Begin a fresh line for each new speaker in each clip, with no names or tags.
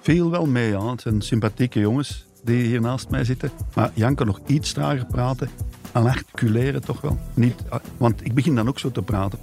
viel wel mee. Ja. Het zijn sympathieke jongens die hier naast mij zitten. Maar Jan kan nog iets trager praten en articuleren toch wel. Niet, ah, want ik begin dan ook zo te praten.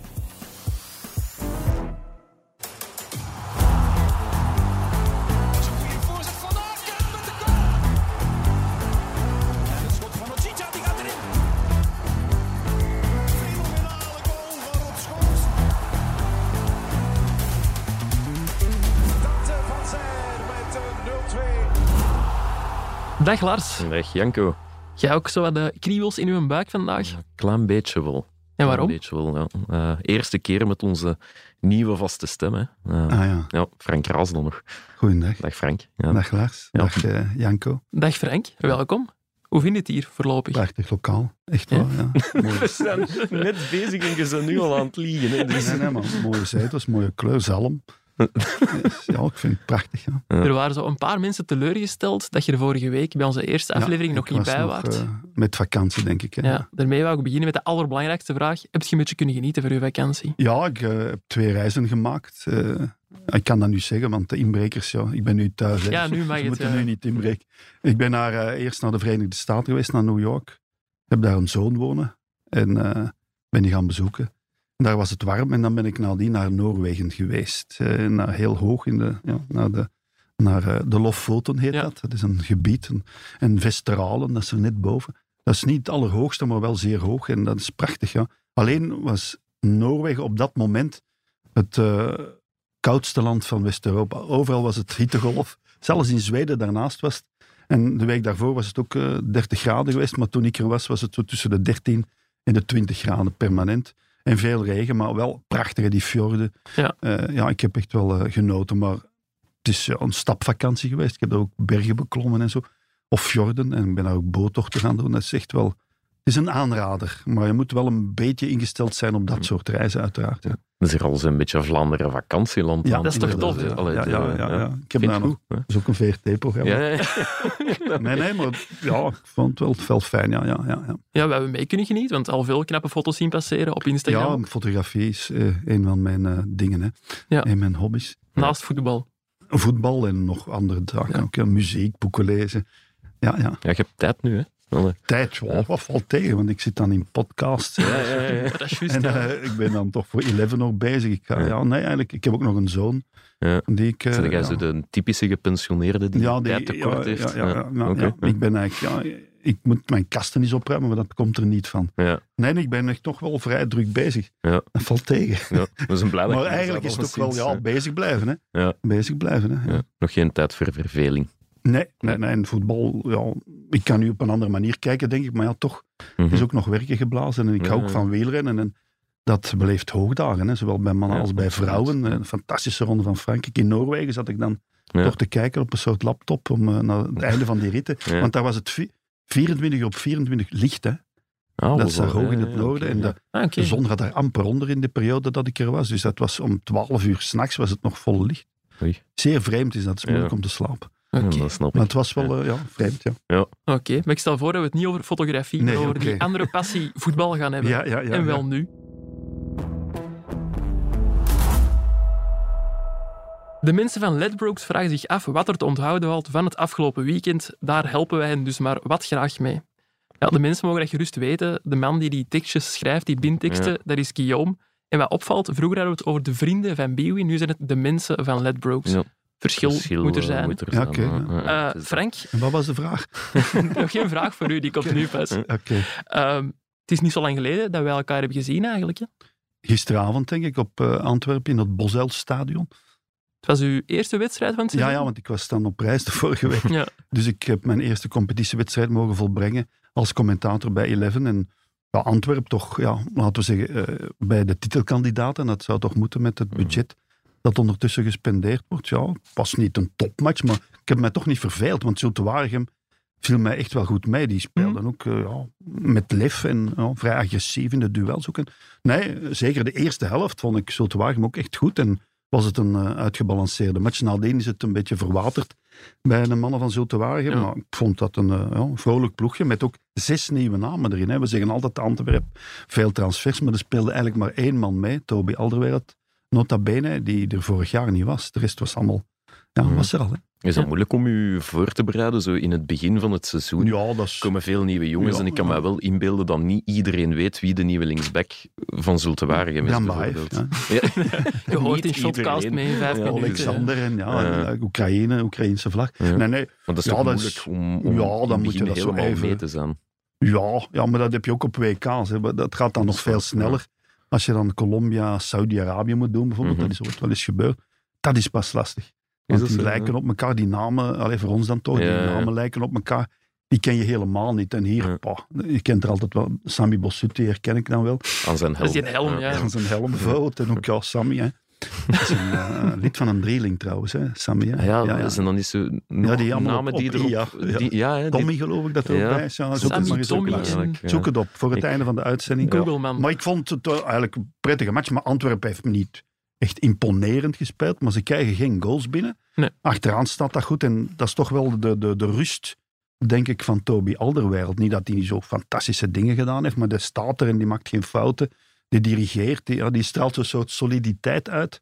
Dag Lars.
Dag Janko.
Jij ook zo wat eh, kriebels in uw buik vandaag?
Klein beetje wel.
En
Klein
waarom?
beetje wel, ja. Eh, eerste keer met onze nieuwe vaste stem. Hè. Eh,
Ah ja,
ja, Frank Raas dan nog.
goeiedag.
Dag Frank. Ja.
Dag Lars,
Ja.
dag eh, Janko.
Dag Frank, welkom. Hoe vind je het hier voorlopig?
Prachtig lokaal, echt waar. Ja. Mooi.
We zijn net bezig en je bent nu al aan het liegen. Hè. Dus-
Nee, nee, maar mooie zetels, mooie kleur, zalm. Dus ja, ik vind het prachtig. Ja.
Er waren zo een paar mensen teleurgesteld dat je er vorige week bij onze eerste aflevering
Ja,
nog
ik
niet
was
bij
nog,
waart.
eh, met vakantie, denk ik. Hè.
ja, daarmee wou ik beginnen met de allerbelangrijkste vraag. Heb je een beetje kunnen genieten van je vakantie?
Ja, ik eh, heb twee reizen gemaakt. Eh, ik kan dat nu zeggen, want de inbrekers, ja, ik ben nu thuis. hè,
Ja,
dus
nu mag
ze
het,
moeten
ja.
nu niet inbreken. Ik ben naar, eh, eerst naar de Verenigde Staten geweest, naar New York. Ik heb daar een zoon wonen en eh, ben die gaan bezoeken. En daar was het warm en dan ben ik nadien naar Noorwegen geweest. Eh, naar heel hoog in de, ja, naar de, naar eh, de Lofoten heet
Ja.
dat. Dat is een gebied. En, en Vesteralen, dat is er net boven. Dat is niet het allerhoogste, maar wel zeer hoog. En dat is prachtig, ja. Alleen was Noorwegen op dat moment het eh, koudste land van West-Europa. Overal was het hittegolf. Zelfs in Zweden daarnaast was het. En de week daarvoor was het ook eh, 30 graden geweest. Maar toen ik er was, was het zo tussen de 13 en de 20 graden permanent. En veel regen, maar wel prachtige die fjorden.
Ja.
Eh, ja, ik heb echt wel eh, genoten. Maar het is ja, een stapvakantie geweest. Ik heb daar ook bergen beklommen en zo. Of fjorden. En ik ben daar ook boottochten gaan doen. Dat is echt wel... Het is een aanrader. Maar je moet wel een beetje ingesteld zijn op
Hmm.
dat soort reizen, uiteraard. Ja,
Dat is hier al zo'n beetje Vlaanderen vakantieland. aan
dat is toch
het worden.
tof,
inderdaad,
hè?
Allee,
Ja,
de-
ja, ja, ja. Ik heb
Vind
daar
ik
nog...
goed, hè?
Dat is ook een VRT-programma.
Ja, ja, ja.
Nee, nee, maar ja, ik vond het wel, wel fijn. Ja, ja, ja, ja.
Ja, we hebben mee kunnen genieten, want al veel knappe foto's zien passeren op
ja
Instagram.
fotografie is eh, een van mijn eh, dingen. Hè.
Ja.
Een van mijn hobby's.
Naast voetbal.
Voetbal en nog andere zaken.
Ja.
Ook, ja, muziek, boeken lezen. Ja, ja.
Ja, je hebt tijd nu, hè? Allee.
Tijd, joh, wat valt tegen? Want ik zit dan in podcasts.
Ja, ja, ja, ja.
Dat is juist.
En
ja.
eh, ik ben dan toch voor 11 nog bezig. Ik ga,
Ja.
ja. nee, eigenlijk, ik heb ook nog een zoon.
Ja.
Die ik, eh,
Zijn jij
ja.
zo de typische gepensioneerde die,
ja,
tijd
die, ja,
tekort
ja,
heeft?
ja, ja, ja,
Oké.
ja. Ik ben eigenlijk, ja, ik moet mijn kasten eens opruimen, maar dat komt er niet van.
Ja,
Nee, ik ben echt toch wel vrij druk bezig.
Ja.
Dat valt tegen.
ja. We zijn blij dat
maar
je
eigenlijk is
dat
het ook wel,
alleszins,
ja, bezig blijven, hè.
Ja.
Bezig blijven, hè.
hè. Ja. Nog geen tijd voor verveling.
Nee, nee, nee. En voetbal, ja, ik kan nu op een andere manier kijken, denk ik. Maar ja, toch,
Mhm.
er is ook nog werken geblazen. En ik hou
Ja.
ook van wielrennen. En dat beleeft hoogdagen, hè, zowel bij mannen
Ja,
als bij
absoluut.
vrouwen. Een fantastische ronde van Frankrijk. In Noorwegen zat ik dan
Ja.
toch te kijken op een soort laptop om, eh, naar het einde van die ritten.
Ja.
Want daar was het vi- 24 op 24 licht, hè.
Ah, wel
dat is daar
zo,
hoog in
ja,
het
ja,
noorden. en
oké, ja.
de,
Ah, oké.
de zon gaat daar amper onder in de periode dat ik er was. Dus dat was om 12 uur s'nachts was het nog vol licht.
Oei.
Zeer vreemd is dat. Het is moeilijk
Ja.
om te slapen.
Oké,
Ja, dat snap
Maar
ik.
het was wel eh, ja, vreemd, ja.
Oké, maar ik stel voor dat we het niet over fotografie, maar
Nee,
over die
oké.
andere passie voetbal gaan hebben.
Ja, ja, ja.
en
ja.
wel nu. De mensen van Ledbrokes vragen zich af wat er te onthouden valt van het afgelopen weekend. Daar helpen wij hen dus maar wat graag mee. Ja, de mensen mogen dat gerust weten. De man die die tekstjes schrijft, die bindteksten, dat is Guillaume. En wat opvalt, vroeger hadden we het over de vrienden van Biwi, nu zijn het de mensen van Ledbrokes.
Ja.
Verschil, moet er
eh,
zijn.
moet er
Ja, oké,
ja. Ja,
Eh,
het is-
Frank,
En wat was de vraag?
nog geen vraag voor u, die komt nu pas.
Oké.
Ehm, het is niet zo lang geleden dat wij elkaar hebben gezien eigenlijk. Hè?
Gisteravond, denk ik, op eh, Antwerpen in het Bozelstadion.
Het was uw eerste wedstrijd van het
Ja,
seizoen?
ja, want ik was dan op reis de vorige week.
Ja.
Dus ik heb mijn eerste competitiewedstrijd mogen volbrengen als commentator bij Eleven. En ja, Antwerpen toch, ja, laten we zeggen, eh, bij de titelkandidaat. En dat zou toch moeten met het budget dat ondertussen gespendeerd wordt. Ja, het was niet een topmatch, maar ik heb mij toch niet verveeld. Want Zulte Waregem viel mij echt wel goed mee. Die speelden ook eh, ja, met lef en ja, vrij agressief in de duels ook. En nee, zeker de eerste helft vond ik Zulte Waregem ook echt goed. En was het een eh, uitgebalanceerde match. Nadien is het een beetje verwaterd bij de mannen van Zulte Waregem.
Ja.
Maar ik vond dat een eh, ja, vrolijk ploegje met ook zes nieuwe namen erin. Hè. We zeggen altijd Antwerpen, veel transfers, maar er speelde eigenlijk maar één man mee, Toby Alderweireld. Nota bene, die er vorig jaar niet was. De rest was allemaal... Ja,
Mhm.
was er al. Hè.
Is dat
Ja.
moeilijk om u voor te bereiden? Zo in het begin van het seizoen
Ja, dat is...
komen veel nieuwe jongens
Ja,
en ik kan
ja.
mij wel inbeelden dat niet iedereen weet wie de nieuwe linksback van Zulte Waregem is,
Jan
bijvoorbeeld.
Baev, ja.
Ja.
Je hoort in
Niet
Shotcast
iedereen.
mee in vijf
Ja,
minuten.
Alexander en ja,
Ja.
en, eh, Oekraïne, Oekraïnse vlag.
Ja.
Nee, nee.
Maar dat is
Ja,
toch
dat
moeilijk
is-
om, om
ja,
in het
dan moet je
begin
dat zo
helemaal
even-
mee te zijn.
Ja, ja, maar dat heb je ook op WK's. Hè. Maar Dat gaat dan
Dat
nog
is waar,
veel sneller. Als je dan Colombia, Saudi-Arabië moet doen bijvoorbeeld,
Mhm.
dat is ooit wel eens gebeurd. Dat is pas lastig. Want
dat
die
zo, ja?
lijken op elkaar, die namen, alleen voor ons dan toch,
Ja,
die
ja.
namen lijken op elkaar. Die ken je helemaal niet. En hier,
Ja.
pa, je kent er altijd wel. Sami Bossut, die herken ik dan wel.
Aan zijn helm.
Dat is die helm, ja.
Van zijn helm bijvoorbeeld. En ook ja, Sammy. Hè. Dat is een eh, lid van een drieling trouwens, hè. Sammy. Hè.
Ah ja, dat zijn dan niet zo nog
Ja, die allemaal
namen
op-
die
op I,
erop...
ja. Ja.
Die, ja, hè, die-
Tommy geloof ik dat er
Ja.
ook bij is. Ja, zoek,
Sammy,
het maar eens op,
Tommy
laatst.
en-
eigenlijk, ja.
zoek het op voor het
Ik-
einde van de uitzending.
Google, man.
Maar ik vond het eh, eigenlijk een prettige match. Maar Antwerpen heeft me niet echt imponerend gespeeld. Maar ze krijgen geen goals binnen.
Nee.
Achteraan staat dat goed. En dat is toch wel de, de, de rust, denk ik, van Toby Alderweireld. Niet dat hij niet zo fantastische dingen gedaan heeft. Maar die staat er en die maakt geen fouten. Die dirigeert. Die, ja, die straalt een soort soliditeit uit.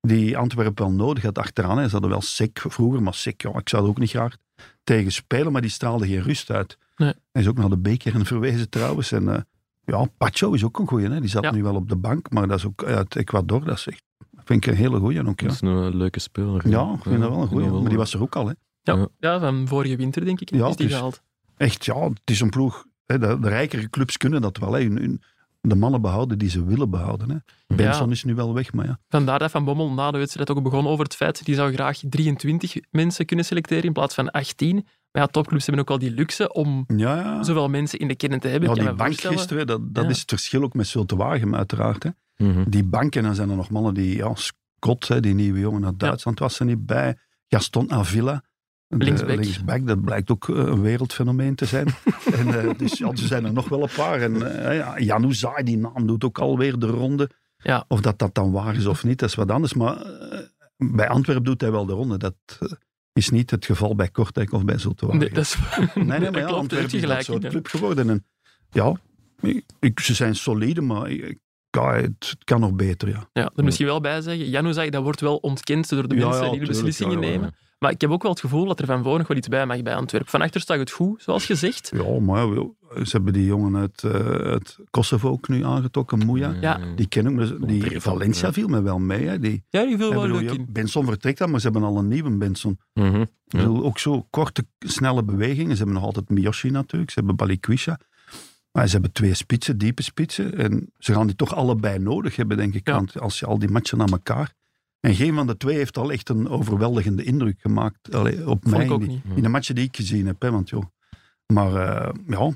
Die Antwerpen wel nodig had achteraan. Hè. Ze hadden wel sec vroeger. Maar sec, ja, ik zou er ook niet graag tegen spelen. Maar die straalde geen rust uit.
Nee.
Hij is ook naar de beker verwezen trouwens. En... eh, ja, Pacho is ook een goeie. Hè? Die zat
Ja.
nu wel op de bank, maar dat is ook uit Ecuador. Dat is echt, vind ik een hele goeie. Ook, ja.
Dat is een eh, leuke speler.
ja, ik vind dat wel een goeie.
wel-
Maar die was er ook al. Hè?
Ja, ja, van vorige winter, denk ik,
Ja,
is die
dus-
gehaald.
Echt, ja, het is een ploeg. Hè? De, de rijkere clubs kunnen dat wel. Hè? Hun- hun- de mannen behouden die ze willen behouden. Hè? Benson is nu wel weg, maar ja.
Vandaar dat Van Bommel na de wedstrijd ook begon over het feit die zou graag 23 mensen kunnen selecteren in plaats van 18. Maar ja, topclubs hebben ook al die luxe om
Ja, ja.
zoveel mensen in de kern te hebben.
ja
Ik kan
die
me
bank
voorstellen-
gisteren, hè, dat, dat
Ja.
is het verschil ook met Zulte Wagen, uiteraard. Hè?
Mhm.
Die banken, dan zijn er nog mannen die... Ja, Scott, hè, die nieuwe jongen uit Duitsland, was er niet bij. Gaston Avila. de
Linksback.
linksback, dat blijkt ook eh, een wereldfenomeen te zijn. en, eh, dus ja, er zijn er nog wel een paar. En eh, ja, Januzaj, die naam doet ook alweer de ronde.
Ja.
Of dat dat dan waar is of niet, dat is wat anders. Maar eh, bij Antwerpen doet hij wel de ronde. Dat eh, is niet het geval bij Kortrijk of bij Zulte Waregem.
Nee, dat is...
Nee, nee,
dat
maar ja,
klopt, daar heb
Antwerpen
je
is dat
gelijk in.
soort
hè.
club geworden. En, ja, ik- ik, ze zijn solide, maar ik- ja, het, het kan nog beter, ja.
Ja, er misschien wel bij zeggen. Januzaj, dat wordt wel ontkend door de
Ja,
mensen
ja,
die de
tuurlijk, ja,
beslissingen
ja, ja.
nemen. Maar ik heb ook wel het gevoel dat er van voren nog wel iets bij mag bij Antwerpen. Van achter staat het goed, zoals gezegd.
Ja, maar ja, ze hebben die jongen uit, eh, uit Kosovo ook nu aangetrokken, Moeja.
Ja.
Die ken ik, maar die
Drift,
Valencia
ja.
viel me wel mee. Hè. Die,
Ja, die viel
ik
wel
bedoel,
leuk
ja,
in.
Benson vertrekt dan, maar ze hebben al een nieuwe Benson.
Mhm.
Ik bedoel, ook zo korte, snelle bewegingen. Ze hebben nog altijd Miyoshi natuurlijk, ze hebben Balikwisha. Maar ze hebben twee spitsen, diepe spitsen. En ze gaan die toch allebei nodig hebben, denk ik.
Ja.
Want als je al die matchen aan elkaar... En geen van de twee heeft al echt een overweldigende indruk gemaakt. Allee, op
Vond
mij niet.
ik ook niet.
Mhm.
In de matchen die ik gezien heb, hè, want joh. Maar eh, ja,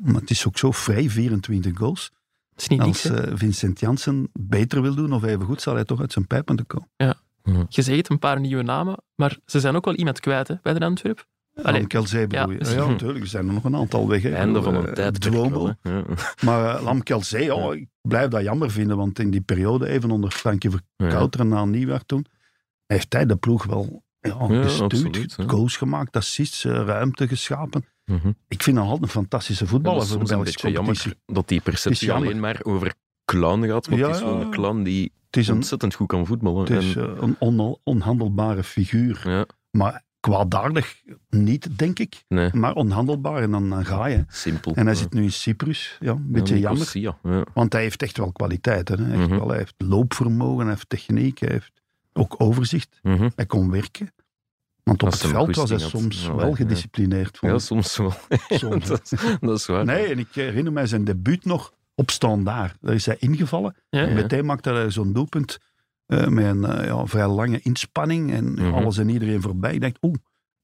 maar het is ook zo vrij 24 goals.
Dat is niet niks,
Als
hè.
eh, Vincent Janssen beter wil doen of even goed, zal hij toch uit zijn pijp moeten komen.
Je zegt een paar nieuwe namen, maar ze zijn ook wel iemand kwijt hè, bij de Antwerp. Allee.
Allee, Kelzee bedoel
Ja.
je. Oh Ja, natuurlijk, er zijn er nog een aantal weg. hè.
Einde van
Eh,
een tijd.
Dwomo. Maar eh, Lam Kelzee, oh, ik blijf dat jammer vinden, want in die periode, even onder Frankie Verkouter en na Nieuwjaar toen, heeft hij de ploeg wel ja,
Ja,
gestuurd,
absoluut, hè.
goals gemaakt, assists, eh, ruimte geschapen.
Mhm.
Ik vind hem altijd een fantastische voetballer
Dat is
voor de
soms een
Belgische
beetje
competitie.
jammer dat die
Is
perceptie
jammer.
alleen maar over clown gaat, want het is
Ja,
wel een clown die
Het is een,
ontzettend goed kan voetballen.
Het is
En-
eh, een on- onhandelbare figuur.
Ja.
Maar kwaadaardig niet, denk ik.
nee,
Maar onhandelbaar en dan, dan ga je.
simpel.
En hij
Ja.
zit nu in Cyprus. Ja, een
Ja,
beetje
Nicosia,
jammer.
Ja.
Want hij heeft echt wel kwaliteiten. Hè. Hij heeft
Mhm.
wel, hij heeft loopvermogen, hij heeft techniek, hij heeft ook overzicht.
Mhm.
Hij kon werken. Want op het
Als hij
veld
een
was hij
goesting had.
soms
Ja,
wel
ja.
gedisciplineerd.
Ja,
Vond
soms wel.
ik soms.
dat, dat is waar.
Nee, en ik herinner mij zijn debuut nog op standaard. Daar is hij ingevallen.
Ja.
En meteen maakte hij zo'n doelpunt eh, met een eh, ja, vrij lange inspanning en
Mhm.
alles en iedereen voorbij. Ik dacht, oeh.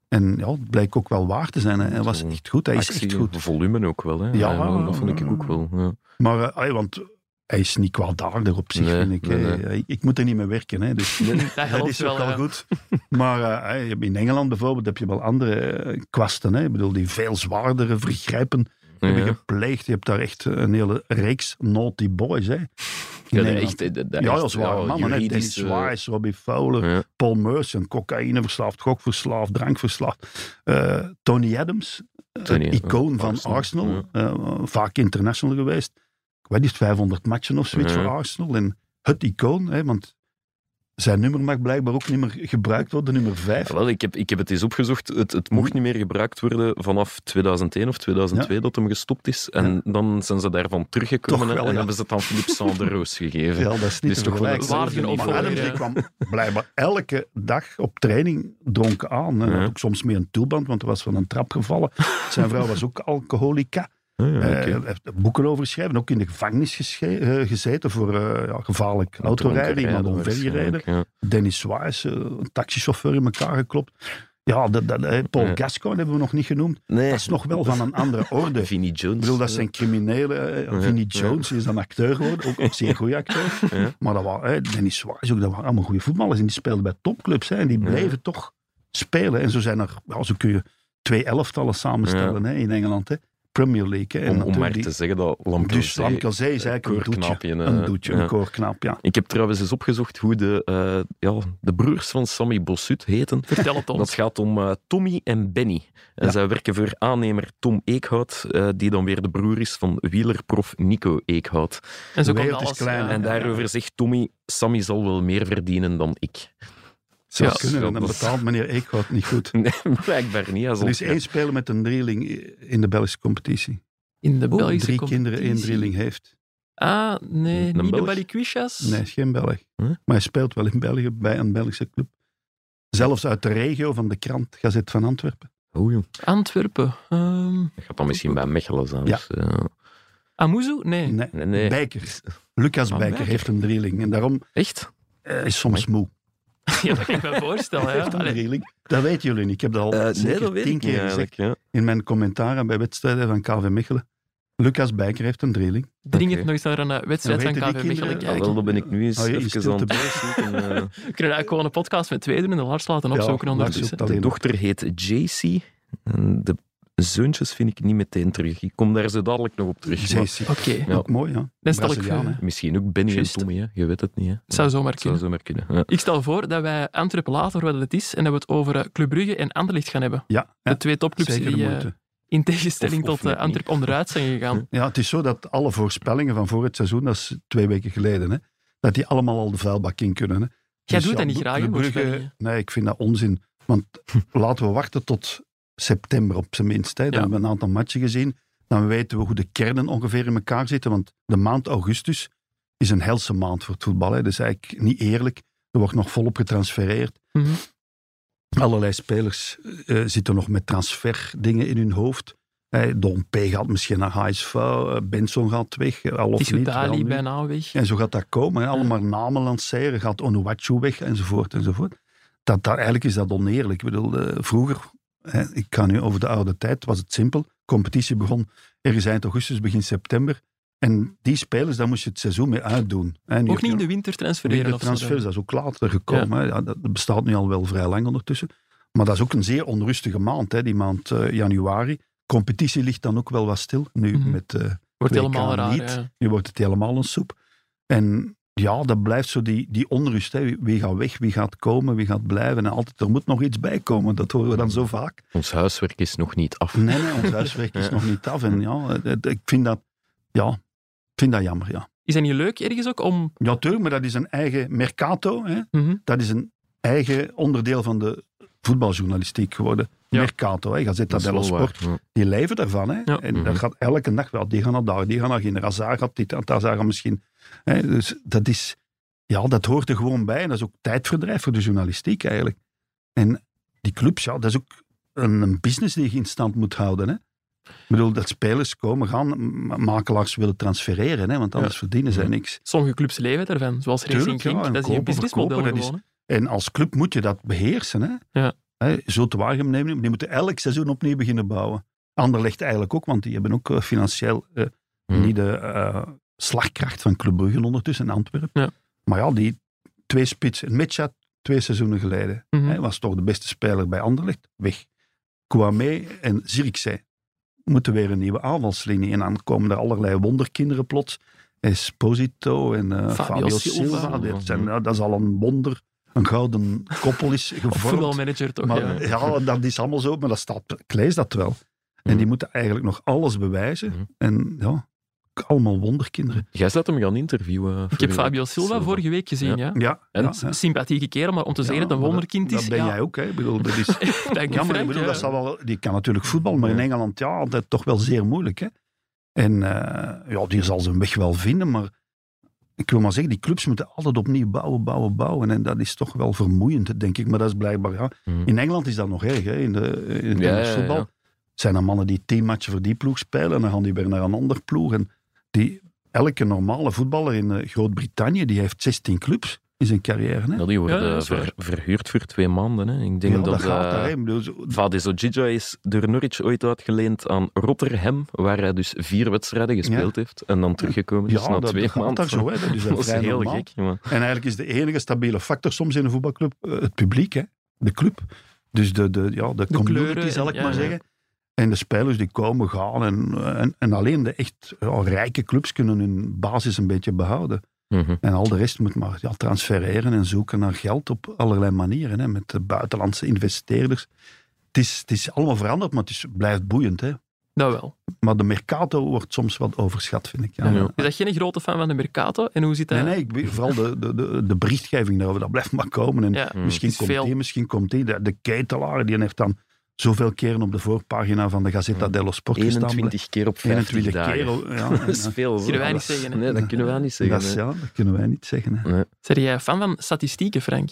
En ja, het blijkt ook wel waar te zijn. Hij was
Zo'n
echt goed, hij is
Actie,
echt goed.
Volume ook wel. Hè.
Ja.
dat vond ik ook wel. Ja.
Maar eh, allee, want hij is niet kwaadaardig op zich,
Nee,
vind ik.
nee,
eh.
nee.
Ik, ik moet er niet mee werken, hè, dus
Dat
dat
helpt
is ook
wel.
al
ja.
goed. Maar eh, hey, je hebt in Engeland bijvoorbeeld heb je wel andere eh, kwasten. Hè. Ik bedoel, die veel zwaardere vergrijpen hebben
Ja.
gepleegd. Je hebt daar echt een hele reeks naughty boys. Hè. In
Ja, dat
Engeland.
echt, dat- dat
Ja,
echt,
dat is waar.
ja,
mannen, hè. Dennis
juridisch, eh,
Wise, Robbie Fowler,
ja.
Paul Merson, cocaïneverslaafd, gokverslaafd, drankverslaafd. Eh, Tony Adams, eh,
Tony,
een
ja,
icoon van
Arsenal,
Arsenal, eh, vaak international geweest. Ik weet niet, 500 matchen of zoiets
Ja.
voor Arsenal. En het icoon, hè, want zijn nummer mag blijkbaar ook niet meer gebruikt worden, nummer 5.
Ja, wel, ik, heb, ik heb het eens opgezocht. Het, het mocht niet meer gebruikt worden vanaf 2001 of 2002 dat hem gestopt is. En dan zijn ze daarvan teruggekomen
Toch wel,
en
ja.
hebben ze het aan Philippe Sanderoos gegeven.
Ja, dat is
Dit
niet te
is toch wel
vergelijken.
waardig een
Maar
opvolger,
Adams
ja.
die kwam blijkbaar elke dag op training dronken aan. Hè.
Ja.
Ook soms met een tulband, want hij was van een trap gevallen. Zijn vrouw was ook alcoholica.
Ah, ja,
Eh,
oké.
Hij heeft boeken over geschreven. Ook in de gevangenis gesche- eh, gezeten voor eh, ja, gevaarlijk autorijden. Iemand omvergereden.
waarschijnlijk, ja.
Dennis Wise, eh, een taxichauffeur in elkaar geklopt. Ja, dat, dat, eh, Paul
Ja.
Gascoigne hebben we nog niet genoemd.
Nee.
Dat is nog wel van een andere orde.
Vinnie Jones. eh,
Ik bedoel, dat zijn criminelen. eh, Vinnie
Ja,
Jones die is dan acteur geworden, ook een zeer goede acteur.
Ja.
Maar dat waren, eh, Dennis Wise ook, dat waren allemaal goede voetballers. En die speelden bij topclubs. Hè, en die
Ja.
bleven toch spelen. En zo zijn er, ja, zo kun je twee elftallen samenstellen hè, in Engeland. Hè. Premier League. Hè, en
om, om
natuurlijk
maar
die-
te zeggen dat
dus
Lamkelzee...
Lamkelzee is eigenlijk een doetje.
koorknaapje,
Een
eh,
doetje,
ja.
een koorknaap, ja.
Ik heb trouwens eens opgezocht hoe de, eh, ja, de broers van Sammy Bossut heten.
Vertel het ons.
Dat gaat om eh, Tommy en Benny. En
Ja.
zij werken voor aannemer Tom Eekhout, eh, die dan weer de broer is van wielerprof Nico Eekhout.
En zo
de
komt
wereld is
alles.
klein,
ja.
hè.
En daarover zegt Tommy, Sammy zal wel meer verdienen dan ik.
Zou
Ja,
kunnen, en dan
dat is-
betaalt meneer Eekhout niet goed.
Nee, blijkbaar niet. Hij zal-
Er is één speler met een drieling in de Belgische competitie.
In de
Ook
Belgische
drie
competitie.
kinderen één drieling heeft.
Ah, nee,
Een
niet de
Belg?
Balikwisha's.
Nee, is geen Belg.
Huh?
Maar hij speelt wel in België bij een Belgische club. Zelfs uit de regio van de krant Gazet van Antwerpen.
Oei, Oh, jong.
Antwerpen. ehm
dat gaat dan misschien bij Mechelen zijn.
Ja.
dus, eh,
Amuzu? Nee.
Nee.
nee, nee.
Bijker. Lucas
Ah,
Bijker,
Bijker.
heeft een drieling. En daarom
Echt?
eh, is soms moe.
Ja, dat kan ik me voorstellen. Ja.
Heeft een
Allee,
drieling. Dat weten jullie niet. Ik heb dat al
Eh, nee,
Oh, zeker
dat weet
tien
ik niet
keer
eigenlijk.
gezegd
Ja.
in mijn commentaren bij wedstrijden van KV Mechelen. Lucas Bijker heeft een drieling.
Dringend
Oké.
nog eens naar een eh, wedstrijd
En
van
hoe
KV
heten die
Mechelen
kinderen?
Ah,
kijken.
wel, dan ben ik nu eens
Ah, je is
even
stil
aan
te
het bijzoeken, eh.
We kunnen eigenlijk gewoon een podcast met twee doen en de Lars laten opzoeken
Ja,
ondertussen.
Lars
De
Alleen.
dochter heet JC. En de zoontjes vind ik niet meteen terug. Ik kom daar zo dadelijk nog op terug. Maar
JC.
Oké,
Ja.
Ook mooi, ja.
dan stel ik
Braziliaan,
voor.
hè.
Misschien ook Benny
Juist.
en Tommy, hè? je weet het niet. Hè?
Het zou zomaar
Het zou
kunnen.
zomaar kunnen. Ja.
Ik stel voor dat wij Antwerpen later, wat het is, en dat we het over eh, Club Brugge en Anderlicht gaan hebben.
Ja, ja.
De twee topclubs
zeker de
die eh,
moeite.
in tegenstelling
Of- of
tot eh,
net niet.
Antwerpen onderuit zijn gegaan.
Ja, het is zo dat alle voorspellingen van voor het seizoen, dat is twee weken geleden, hè, dat die allemaal al de vuilbak in kunnen. Hè.
Jij doet dat
Dus
niet
Bru-
graag, hè,
Club Brugge-
voorspellingen.
Nee, ik vind dat onzin. Want laten we wachten tot september op zijn minst. Hè. Dan
Ja.
hebben we een aantal matchen gezien. Dan weten we hoe de kernen ongeveer in elkaar zitten. Want de maand augustus is een helse maand voor het voetbal. Hè. Dat is eigenlijk niet eerlijk. Er wordt nog volop getransfereerd.
Mhm.
Allerlei spelers eh, zitten nog met transferdingen in hun hoofd. Eh, Don P. gaat misschien naar HSV, eh, Benson gaat weg, eh, al of
Tissou
niet. wel
Dali
niet.
bijna weg.
En zo gaat dat komen. hè. Allemaal namen lanceren, gaat Onuwachu weg, enzovoort, enzovoort. Dat, dat, eigenlijk is dat oneerlijk. Ik bedoel, eh, vroeger, hè, ik ga nu over de oude tijd, was het simpel. Competitie begon ergens eind augustus, begin september. En die spelers, daar moest je het seizoen mee uitdoen. hè. En
Ook niet in
hier-
de winter transfereren.
Weer de
of zo dan.
transfers, dat is ook later gekomen. hè. Ja, dat bestaat nu al wel vrij lang ondertussen. Maar dat is ook een zeer onrustige maand, hè, die maand eh, januari. Competitie ligt dan ook wel wat stil. Nu,
Mhm.
met, eh,
Wordt
WK
helemaal raar.
niet.
ja.
nu wordt het helemaal een soep. En ja, dat blijft zo die, die onrust. Hè. Wie- Wie gaat weg, wie gaat komen, wie gaat blijven. En altijd, er moet nog iets bij komen. Dat horen we dan zo vaak.
Ons huiswerk is nog niet af.
Nee, nee, ons huiswerk is
Ja.
nog niet af. En ja, het- het- ik vind dat, ja, ik vind dat jammer, ja.
Is dat niet leuk ergens ook om...
Ja, tuurlijk, maar dat is een eigen mercato, hè.
Mhm.
dat is een eigen onderdeel van de voetbaljournalistiek geworden.
Ja.
Mercato, hè. Gazetta
Dat is
dello
wel
Sport,
waar. Ja.
die leven daarvan. Hè.
Ja.
En
Mhm.
dat gaat elke dag wel. Die gaan naar daar, die gaan naar Genera, Zara gaat dit, daar Zara misschien. Hè. Dus dat is, ja, dat hoort er gewoon bij. En dat is ook tijdverdrijf voor de journalistiek eigenlijk. En die clubs, ja, dat is ook een, een business die je in stand moet houden. Hè. Ik bedoel, dat spelers komen, gaan, ma- makelaars willen transfereren, hè, want anders verdienen zij
Ja. Mhm.
niks.
Sommige clubs leven daarvan, zoals Racing
Tuurlijk, ja,
Genk.
en
dat is je
kopen,
businessmodel
verkopen, dat is-
gewoon. hè.
En als club moet je dat beheersen. Hè?
Ja.
Hè, zo te waargem nemen. Die moeten elk seizoen opnieuw beginnen bouwen. Anderlecht eigenlijk ook, want die hebben ook eh, financieel eh,
Hmm.
niet de eh, slagkracht van Club Brugge ondertussen in Antwerpen.
Ja.
Maar ja, die twee spitsen. Mitja twee seizoenen geleden
Mhm.
hè, was toch de beste speler bij Anderlecht. Weg. Kouame en Zirkzee moeten weer een nieuwe aanvalslinie. En dan komen er allerlei wonderkinderen plots. Esposito en eh,
Fabio
Fabio,
Silva.
Silva. Dat, zijn, ja, dat is al een wonder. Een gouden koppel is
Of
gevormd.
voetbalmanager toch,
Maar,
ja. Hm.
ja. dat is allemaal zo. Maar dat staat, ik lees dat wel. En
Mhm.
die moeten eigenlijk nog alles bewijzen.
Mhm.
En ja, allemaal wonderkinderen.
Jij zat hem gaan interviewen. eh,
Ik heb Fabio Silva vorige week gezien, ja.
Ja,
En
ja,
S-
ja.
Sympathieke kerel, maar om te zeggen
Ja,
dat het een
maar
wonderkind is...
Dat ben
ja.
jij ook, hè? Ik bedoel, dat is...
Dank je,
Ja, maar ik
Frank,
bedoel,
ja.
dat zal wel, die kan natuurlijk voetbal, maar in
Ja.
Engeland ja, altijd toch wel zeer moeilijk. Hè? En eh, ja, die zal zijn weg wel vinden, maar ik wil maar zeggen, die clubs moeten altijd opnieuw bouwen, bouwen, bouwen. En dat is toch wel vermoeiend, denk ik. Maar dat is blijkbaar, ja.
Mhm.
In Engeland is dat nog erg, hè? in, de, in het
Ja,
Engels
ja, ja.
voetbal. Zijn er mannen die tien matchen voor die ploeg spelen en dan gaan die weer naar een ander ploeg. En die, elke normale voetballer in eh, Groot-Brittannië, die heeft 16 clubs in zijn carrière. Hè?
Ja, Nou, die worden eh,
Ja, dat is waar.
ver- verhuurd voor twee maanden. Hè. Ik denk
Ja,
dat,
dat gaat
eh,
daar, hè. Ik bedoel, zo-
Vades Ojija is door Norwich ooit uitgeleend aan Rotterdam, waar hij dus vier wedstrijden gespeeld heeft en dan teruggekomen is
ja,
na
dat
twee
gaat
maanden.
daar zo, hè. Dat is
dat
dat
is
vrij
heel
normaal.
gek. Maar,
En eigenlijk is de enige stabiele factor soms in een voetbalclub eh, het publiek, hè? de club. Dus de, de, ja, de, community,
kleuren en-
zal ik
ja,
maar
ja.
zeggen. En de spelers die komen, gaan. En, eh, en, en alleen de echt ja, rijke clubs kunnen hun basis een beetje behouden.
Mhm.
En al de rest moet maar ja, transfereren en zoeken naar geld op allerlei manieren. Hè, met de buitenlandse investeerders. Het is, het is allemaal veranderd, maar het is, blijft boeiend. Hè.
Dat wel.
Maar de Mercato wordt soms wat overschat, vind ik. Ja.
Ja.
Is dat geen grote fan van de Mercato? En hoe zit dat?
Nee, nee, ik, weet- vooral de, de, de, de berichtgeving daarover, dat blijft maar komen. En
Ja,
Misschien
het is
komt
veel.
die, misschien komt die. De, de ketelaar, die heeft dan zoveel keren op de voorpagina van de Gazzetta
Hmm.
dello Sport gestaan.
21 keer op 50
21
dagen.
keer. oh, Ja,
Dat
en,
is
eh,
veel. Dat
kunnen wij niet zeggen, hè.
Nee, dat kunnen wij niet zeggen.
dat, is-
hè.
ja, dat kunnen wij niet zeggen. Hè.
Zijn jij fan van statistieken, Frank?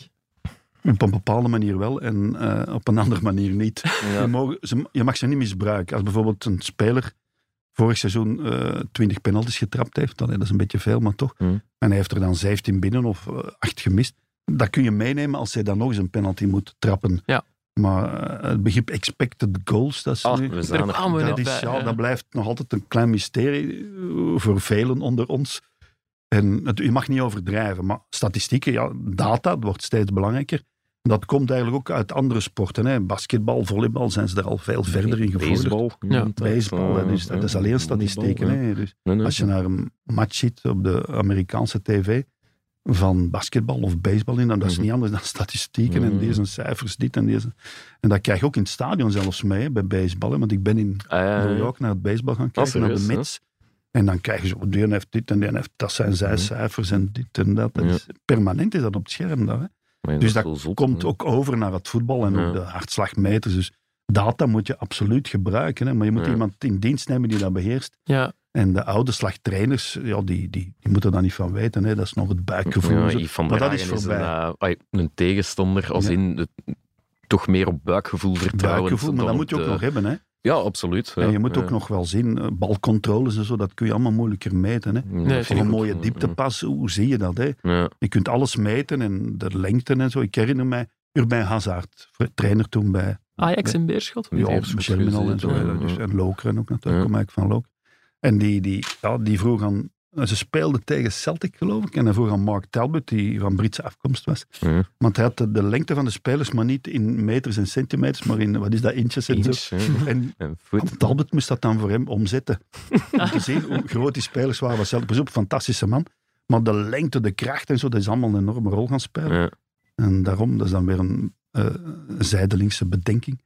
Op een bepaalde manier wel en eh, op een andere manier niet. Je,
Ja.
mogen- ze- je mag ze niet misbruiken. Als bijvoorbeeld een speler vorig seizoen eh 20 penalties getrapt heeft, dan, dat is een beetje veel, maar toch.
Hmm.
En hij heeft er dan 17 binnen of eh, 8 gemist. Dat kun je meenemen als hij dan nog eens een penalty moet trappen.
Ja.
Maar eh, het begrip expected goals, dat is
Ah,
nu-
we
Daar
zijn er.
kwamen we
dat,
net
is,
eh,
bij. eh,
ja,
ja.
dat blijft nog altijd een klein mysterie eh, voor velen onder ons. En het, je mag niet overdrijven, maar statistieken, ja, data, dat wordt steeds belangrijker. Dat komt eigenlijk ook uit andere sporten. Hè. Basketbal, volleybal zijn ze er al veel verder in gevorderd.
Baseball.
Ja.
Dat,
Baseball, hè,
eh,
dus dat
ja,
is alleen
voetbal,
statistieken.
ja.
Hè. Dus
Nee, nee.
als je naar een match ziet op de Amerikaanse tv van basketbal of baseball, in, dan dat is
Mhm.
niet anders dan statistieken en
Mhm.
deze cijfers, dit en deze. En dat krijg je ook in het stadion zelfs mee, hè, bij baseball. hè, Want ik ben in
Ah, ja, ja,
New
ja.
York naar het baseball gaan
Ah,
kijken, naar de
serieus,
Mets. En dan krijgen ze, oh, die heeft dit en die heeft dat zijn zij
Mhm.
cijfers en dit en dat. dat
Ja.
is, permanent is dat op het scherm daar. Hè.
Maar ja,
Dus
is
dat
wel zot,
Komt
hè.
ook over naar het voetbal en
Ja.
ook de hartslagmeters. Dus data moet je absoluut gebruiken. Hè. Maar je moet
Ja.
iemand in dienst nemen die dat beheerst.
Ja,
En de oude slagtrainers, ja, die, die, die moeten daar niet van weten. Hè. Dat is nog het buikgevoel.
Ja,
Zo-
Yves van
Maar dat
Bragen
is
is een,
voorbij.
eh, ai, een tegenstander, als
Ja.
in het- toch meer op buikgevoel vertrouwen.
buikgevoel, maar dat moet je ook nog hebben. Hè.
Ja, absoluut. Ja.
en je moet
Ja.
ook nog wel zien, eh, balcontroles en zo, dat kun je allemaal moeilijker meten. Hè.
Ja,
Nee,
dat
Voor
vind
een
ik ook.
mooie dieptepas, hoe zie je dat? Hè?
Ja.
Je kunt alles meten en de lengte en zo. Ik herinner mij Urbain Hazard, trainer toen bij
Ajax en Beerschot.
Met
ja,
Eerschot
Germinal en zo.
gezeten,
hè.
ja.
Dus, en Lokeren ook natuurlijk,
Ja.
kom ik van Lokeren. En die, die, ja, die vroeg aan... Ze speelden tegen Celtic, geloof ik. En hij vroeg aan Mark Talbot, die van Britse afkomst was.
Ja.
Want hij had de, de lengte van de spelers, maar niet in meters en centimeters, maar in, wat is dat, inches en
Inch,
zo.
ja.
En
En voet.
Talbot moest dat dan voor hem omzetten. Om te zien hoe groot die spelers waren. Was zelf, pas op, fantastische man. Maar de lengte, de kracht en zo, dat is allemaal een enorme rol gaan spelen.
Ja.
En daarom, dat is dan weer een eh, zijdelingse bedenking.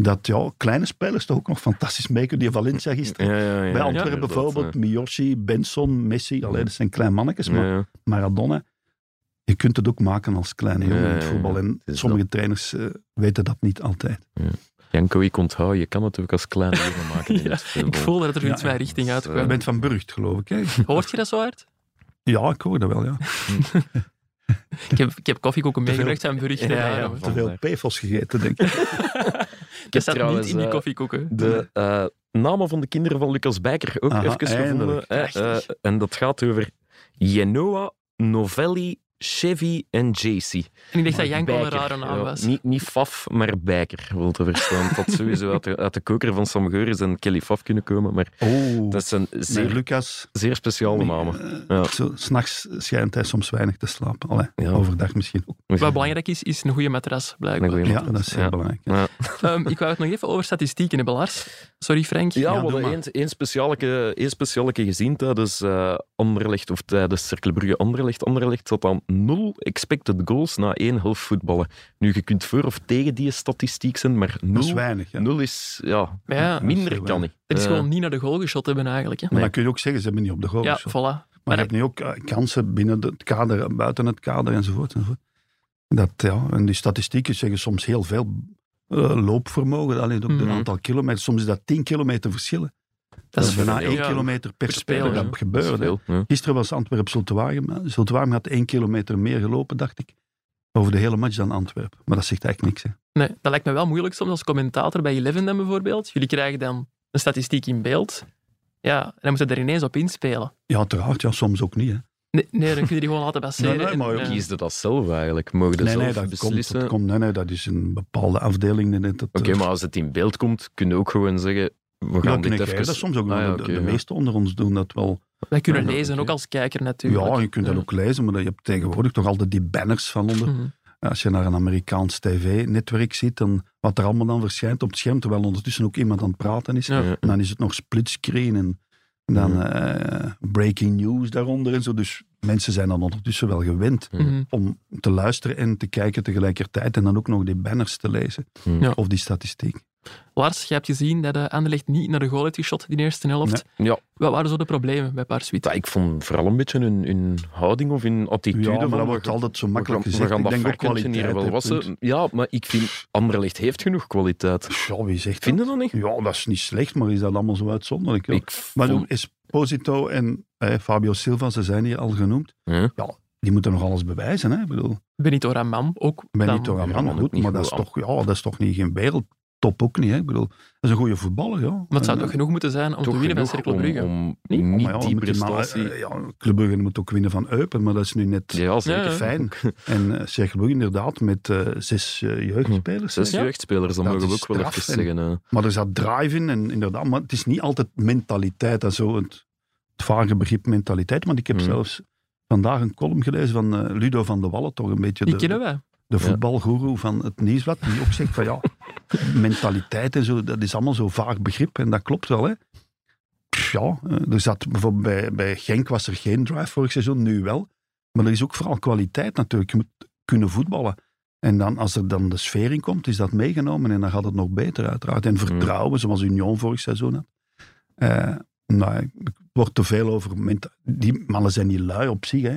Dat ja, kleine spelers toch ook nog fantastisch mee kunnen. Die Valencia gisteren.
Ja, ja, ja,
Bij
ja,
Antwerpen
inderdaad,
bijvoorbeeld,
ja.
Miyoshi, Benson, Messi. Allee, dat zijn klein mannetjes, maar
Ja, ja.
Maradona. Je kunt het ook maken als kleine jongen in het
Ja,
voetbal. En
is
sommige trainers eh, weten dat niet altijd.
Janko, ik onthoud, je kan het ook als kleine jongen maken. in
Ja,
het voetbal.
Ik voel dat er
Ja,
iets mijn
ja.
richting
Dat is,
Je
uitkwam.
bent van Burgt, geloof ik. Hè?
Hoort je dat zo hard?
Ja, ik hoor dat wel, ja.
Ik heb, ik heb koffiekoeken
veel-
meegebracht aan Burg.
Ja, ja,
gedaan.
Te
van-
veel pefels gegeten, denk ik.
Ik zat
trouwens,
niet in die
eh,
koffiekoeken.
De eh, namen van de kinderen van Lucas Bijker ook
Aha,
even gevonden.
eindelijk.
hè.
Prachtig.
Eh, en dat gaat over Genoa, Novelli, Chevy en JC.
En ik dacht dat Janko een
Bijker,
rare naam
ja.
was.
Niet, niet Faf, maar Bijker, wil te verstaan. Dat sowieso uit de, uit de koker van Sam Geuris en Kelly Faf kunnen komen. Maar
Oh,
dat zijn
nee,
zeer,
Lucas.
zeer speciale namen.
Eh,
Oh, Ja.
zo, S'nachts schijnt hij soms weinig te slapen. Allee,
Ja.
Overdag misschien ook.
Wat belangrijk is, is een goede matras,
Een
blijkbaar.
goeie
Ja,
matras.
dat is heel
Ja.
belangrijk.
Ehm, ik wou het nog even over statistieken hebben, Lars. Sorry, Frank.
Ja,
Ja,
we
doe
hadden
maar.
één, één, specialeke, één specialeke gezien tijdens eh Anderlecht, of tijdens Cercle Brugge Anderlecht. Anderlecht zat aan nul expected goals na één helft voetballen. Nu, je kunt voor of tegen die statistiek zijn, maar
Dat is
nul,
weinig. Ja.
nul is... Ja,
Maar ja,
dat is
minder
heel
kan niet.
er is
Eh,
gewoon niet naar de goal geschot hebben eigenlijk. Hè.
Maar dan kun je ook zeggen, ze hebben niet op de goal
Ja,
geschoten.
voilà.
Maar je hebt nu ook eh, kansen binnen het kader, en buiten het kader enzovoort. enzovoort. Dat, ja, en die statistieken zeggen soms heel veel eh, loopvermogen. Alleen ook een
Mhm.
aantal kilometers. Soms is dat 10 kilometer verschillen. Dat is
veel,
bijna
ja.
1 kilometer per
Per
speler.
speler,
Dat
ja.
dat is
gebeurde.
veel, ja.
Gisteren was Antwerpen-Zultuarium. Zultuarium had 1 kilometer meer gelopen, dacht ik. Over de hele match dan Antwerpen. Maar dat zegt eigenlijk niks. Hè.
Nee, dat lijkt me wel moeilijk soms als commentator bij Eleven dan bijvoorbeeld. Jullie krijgen dan een statistiek in beeld. Ja, en dan moeten ze er ineens op inspelen.
Ja, uiteraard. Ja, soms ook niet. Hè.
Nee, nee dan kun je die gewoon laten passeren.
Nee, nee, maar
en,
ook
eh,
Kies je dat zelf eigenlijk? Mogen je
Nee,
zelf
nee, dat komt,
beslissen?
dat komt. Nee, nee, dat is een bepaalde afdeling. die net dat,
Oké,
eh,
maar als het in beeld komt, kunnen we ook gewoon zeggen... We
dat
gaan
kun
dit
ik, hè.
even...
Dat is soms ook wel.
Ah, ja,
de
oké,
de
ja.
meesten onder ons doen dat wel.
Wij kunnen
Ja, ja,
lezen, ook
oké.
als kijker natuurlijk.
Ja, je kunt dat
Ja.
ook lezen, maar je hebt tegenwoordig toch altijd die banners van onder.
Mhm.
Als je naar een Amerikaans tv-netwerk ziet, dan, wat er allemaal dan verschijnt op het scherm, terwijl ondertussen ook iemand aan het praten is.
Ja.
Ja.
En dan is het nog splitscreen en dan eh, breaking news daaronder en zo. Dus mensen zijn dan ondertussen wel gewend
Mhm.
om te luisteren en te kijken tegelijkertijd en dan ook nog die banners te lezen.
Ja.
Of die statistiek.
Lars, je hebt gezien dat de Anderlecht niet naar de goal heeft geschot in de eerste helft.
Ja.
Wat waren zo de problemen bij Paarswiet?
Ja, ik vond vooral een beetje hun, hun houding of hun attitude.
Ja,
van,
maar dat
we
wordt
gaan-
altijd zo
we
makkelijk
gaan-
gezegd.
We gaan
Ik
dat
denk ook
varkentje hier
kwaliteit.
wel
hè,
wassen.
punt.
Ja, maar ik vind Anderlecht heeft genoeg kwaliteit.
Ja, wie zegt
Vind
dat?
je dat niet?
Ja, dat is niet slecht, maar is dat allemaal zo uitzonderlijk? joh?
Ik
Maar
vond-
nu, Esposito en eh, Fabio Silva, ze zijn hier al genoemd.
Ja.
Die moeten nog alles bewijzen. Hè? Ik bedoel,
Benito Ramam ook.
ik ben
dan-
niet toch
Ja,
aan
maar
man,
ook
goed,
niet
maar dat is,
goed
toch, ja, dat is toch niet geen wereldtop ook niet. Hè? Ik bedoel, dat is een goede voetballer. Ja.
Maar het zou
En,
toch genoeg moeten zijn om te
toch
winnen bij
genoeg
Cercle
om-
Brugge?
Om,
Nee?
eh,
niet
maar ja,
die
moet je maar-
prestatie...
eh, ja, Club Brugge moet ook winnen van Eupen, maar dat is nu net
ja, zeker.
Ja, ja.
fijn. En eh Cercle Brugge inderdaad met eh, zes eh, jeugdspelers.
Hm. Zes
hè.
jeugdspelers, dat,
Dat
mogen we
is
ook wel
straf,
even
en-
zeggen. hè.
Maar er zat drive in en inderdaad, maar het is niet altijd mentaliteit en zo. Het, het vage begrip mentaliteit, want ik heb
Mhm.
Hmm.
zelfs vandaag een column gelezen van eh, Ludo van de Wallen, toch een beetje
Die
de,
kennen wij.
de
Ja.
voetbalgoeroe van het nieuwsblad, die ook zegt van ja, mentaliteit en zo, dat is allemaal zo vaag begrip en dat klopt wel hè. Pff, Ja, eh, er zat bijvoorbeeld bij, bij Genk was er geen drive vorig seizoen, nu wel. Maar er is ook vooral kwaliteit natuurlijk. Je moet kunnen voetballen. En dan, als er dan de sfeer in komt, is dat meegenomen en dan gaat het nog beter uiteraard. En vertrouwen, zoals Union vorig seizoen had. Eh nou, er wordt te veel over... menta- Die mannen zijn niet lui op zich, hè.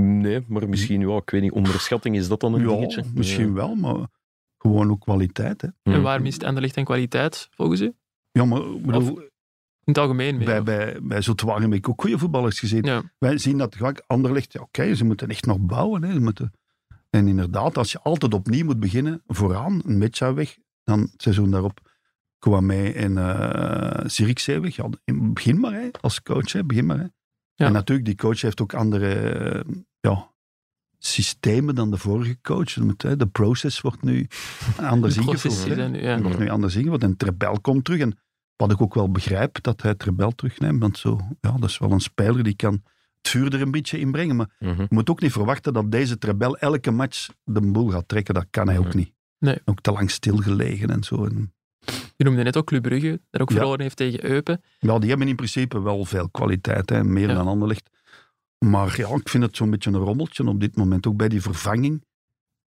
Nee, maar misschien wel. Ik weet niet, onderschatting is dat dan een dingetje?
Hm.
Mhm.
Ja, misschien wel, maar gewoon ook kwaliteit, hè.
Ja.
En waar mist Anderlecht en kwaliteit, volgens u? In
Ja, maar ik bedoel,
het algemeen meer.
bij, bij, bij Zultuarium heb ik ook goede voetballers gezien.
Ja.
Wij zien dat Gak- Anderlecht, ja, oké, ze moeten echt nog bouwen. Hè, ze moeten... En inderdaad, als je altijd opnieuw moet beginnen, vooraan, een Metja weg, dan het seizoen daarop Kwame en eh Sirikzee weg. Ja, in- begin maar, hè, als coach, hè, begin maar. Hè.
Ja.
En natuurlijk, die coach heeft ook andere eh, ja, systemen dan de vorige coach. Je moet, hè, de process wordt nu
De
anders ingevuld.
processen
hè.
zijn nu, ja.
En wordt nu anders ingevuld. En Trebel komt terug. En wat ik ook wel begrijp, dat hij Trebel terugneemt. Want zo, ja, dat is wel een speler die kan het vuur er een beetje in brengen. Maar
Mhm.
je moet ook niet verwachten dat deze Trebel elke match de boel gaat trekken. Dat kan hij ook niet.
Nee.
Ook te lang stilgelegen en zo. En,
Je noemde net ook Club Brugge, dat ook
Ja.
verloren heeft tegen Eupen.
ja, die hebben in principe wel veel kwaliteit. Hè, meer
Ja.
dan Anderlecht. Maar ja, ik vind het zo'n beetje een rommeltje op dit moment. Ook bij die vervanging.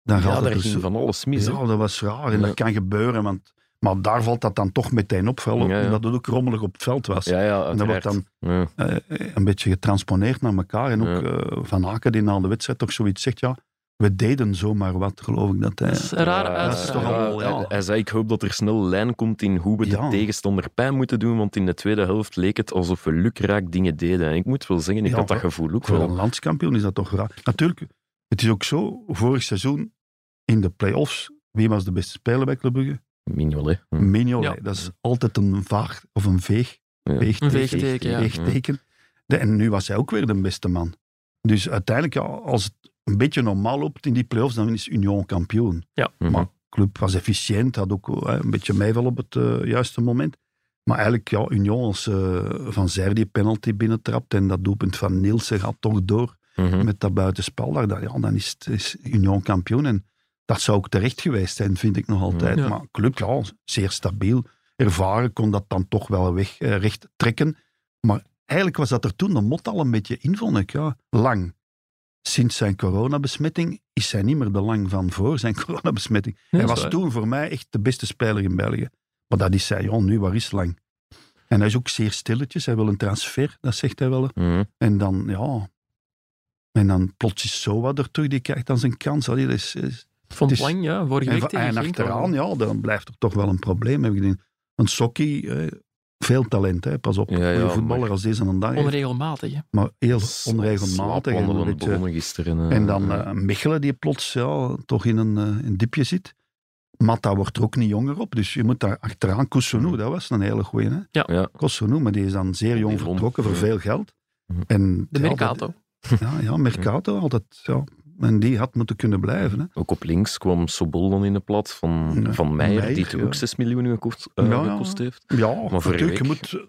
Dan gaat
Ja,
het
daar
dus
ging van alles mis. hè.
Ja, dat was raar. En
Ja.
dat kan gebeuren, want, maar daar valt dat dan toch meteen op, vooral
Ja, ja.
omdat het ook rommelig op het veld was.
Ja, ja,
en dat wordt
uiteraard.
dan
Ja.
eh, een beetje getransponeerd naar elkaar. En ook eh, Van Aken, die na de wedstrijd toch zoiets zegt, ja, we deden zomaar wat, geloof ik. Dat, eh, hij-
Dat is een rare
Ja,
dat is
uitspraak.
toch allemaal, ja.
Hij, hij zei, ik hoop dat er snel lijn komt in hoe we de
Ja.
tegenstander pijn moeten doen, want in de tweede helft leek het alsof we lukraak dingen deden. En ik moet wel zeggen, ik
Ja,
had dat
wel.
gevoel ook
Voor
wel.
een landskampioen is dat toch raar. Natuurlijk, het is ook zo, vorig seizoen in de play-offs, wie was de beste speler bij Club Brugge?
Mignolet. Hm.
Mignolet.
Ja.
Dat is altijd een vaag, of een veeg,
Ja.
veegteken.
veegteken, ja.
Veegteken. De- en nu was hij ook weer de beste man. Dus uiteindelijk, ja, als het een beetje normaal loopt in die play-offs, dan is Union kampioen.
Mhm.
Maar de club was efficiënt, had ook eh, een beetje meeval op het eh, juiste moment. Maar eigenlijk, ja, Union als eh, Van Zijr die penalty binnentrapt en dat doelpunt van Nielsen gaat toch door
Hm?
Mhm.
met dat buitenspel daar, dan- ja, dan is, het- is Union kampioen. En dat zou ook terecht geweest zijn, vind ik nog altijd.
Ja.
Maar club, ja, zeer stabiel. Ervaren kon dat dan toch wel weg, eh, recht trekken. Maar eigenlijk was dat er toen de mot al een beetje in, vond ik. Ja. Lang. sinds zijn coronabesmetting is hij niet meer de lang van voor zijn coronabesmetting.
Nee,
hij
dat
was
is waar.
toen voor mij echt de beste speler in België. Maar dat is hij, joh, nu waar is lang? En hij is ook zeer stilletjes, hij wil een transfer, dat zegt hij wel.
Mhm.
En dan, ja... En dan plots is Sowa er terug, die krijgt dan zijn kans. Allee, dat is, is-
Van
Het is-
Plang, ja, vorige
En,
week
va-
tegen
en
Genk wel.
achteraan, ja, dan blijft er toch wel een probleem. Heb ik gezien. Want Sokki, eh, veel talent, hè, pas op.
Ja, ja,
Goeie
maar-
voetballer als deze aan een dag heeft,
Onregelmatig, hè.
maar heel
Slap-
onregelmatig. En, een
slapwandelend
beetje-
begonnen gisteren. eh.
en dan eh, Michelen, die plots ja, toch in een, eh, een dipje zit. Mata wordt er ook niet jonger op, dus je moet daar achteraan. Kousounou,
Mhm.
dat was een hele goeie. Hè?
Ja.
Ja.
Kousounou, maar die is dan zeer jong
Die won,
vertrokken voor
ja.
veel geld.
Mhm.
En
De
ja,
Mercato.
dat- Ja, ja, Mercato altijd. Ja. En die had moeten kunnen blijven. Hè?
Ook op links kwam Sobol dan in de plat van,
Ja,
van Meijer, die
eh, Meijer,
toen
ja.
ook 6 miljoen gekost, eh,
Ja, ja.
gekost heeft.
Ja,
Maar vorige
natuurlijk, je
week-
moet eh,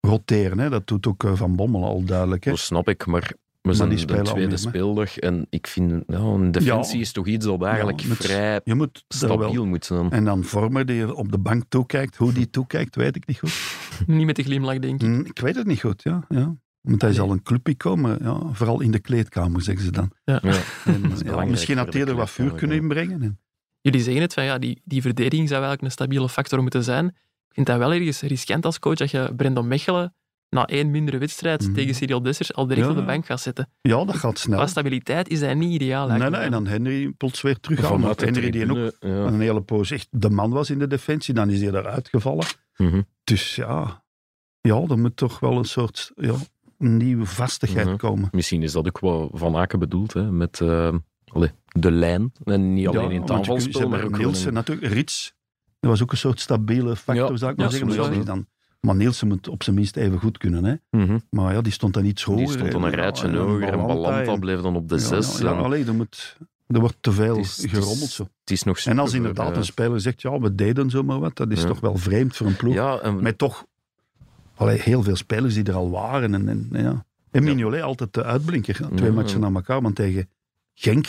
roteren. Hè. Dat doet ook eh, Van Bommel al duidelijk. Hè.
Dat snap ik, maar we
Maar
zijn
die
de
spelen al
tweede
meer, hè.
speeldag en ik vind, nou, een defensie is toch iets dat eigenlijk
Ja, met-
vrij
Je moet daar wel...
stabiel moet zijn.
En dan Vormer, die op de bank toekijkt. Hoe die toekijkt, weet ik niet goed.
Niet met die glimlach, denk ik.
Mm.
Hm, Ik weet het niet goed, ja. ja. Want hij is
Nee.
al een clubje komen, ja, vooral in de kleedkamer, zeggen ze dan.
Ja.
En,
is
ja,
belangrijk
misschien
voor
had
de
hij er wat vuur
kleedkamer,
kunnen
ja.
inbrengen. En-
Jullie zeggen het, van, ja, die, die verdediging zou eigenlijk een stabiele factor moeten zijn. Ik vind dat wel ergens riskant als coach dat je Brendan Mechelen na één mindere wedstrijd
Mhm.
tegen Cyril Dessers al direct
Ja,
op de
ja.
bank gaat zetten.
Ja, dat gaat snel.
Qua stabiliteit is dat niet ideaal.
Nee,
lijkt me.
nee, en dan Henry plots weer terug aan.
Vanuit
Want
de
Henry, die ook
tribune, ja.
een hele poos echt de man was in de defensie, dan is hij eruit gevallen.
Mhm.
Dus ja, ja, er moet toch wel een soort ja, nieuwe vastigheid
Mhm.
komen.
Misschien is dat ook wat Van Aken bedoelt, hè, met eh, allee, de lijn. En niet alleen
Ja,
in het
want je kunt- ze
aanvalspel, maar
hebben
ook wel
Nielsen,
in-
natuurlijk, Rits. Dat was ook een soort stabiele factor,
Ja,
zou ik maar
ja,
zeggen. Maar,
soms
ja,
wel,
die dan, maar Nielsen moet op zijn minst even goed kunnen. Hè.
Mhm.
Maar ja, die stond dan iets hoger.
Die stond dan
hè.
een rijtje
Ja,
hoger en
Balanta
Balanta
en-
bleef dan op de
ja,
zes.
Ja, ja,
en
allee, er, moet, er wordt te veel
Het is- het is
gerommeld. Zo.
het is nog
En als
super,
inderdaad
eh,
een speler zegt, ja, we deden zomaar wat, dat is
Ja.
toch wel vreemd voor een ploeg.
Ja, en
Met toch allee, heel veel spelers die er al waren. En, en, ja. en
Ja.
Mignolet altijd de uitblinker. Twee
Ja,
matchen
ja.
na elkaar, want tegen Genk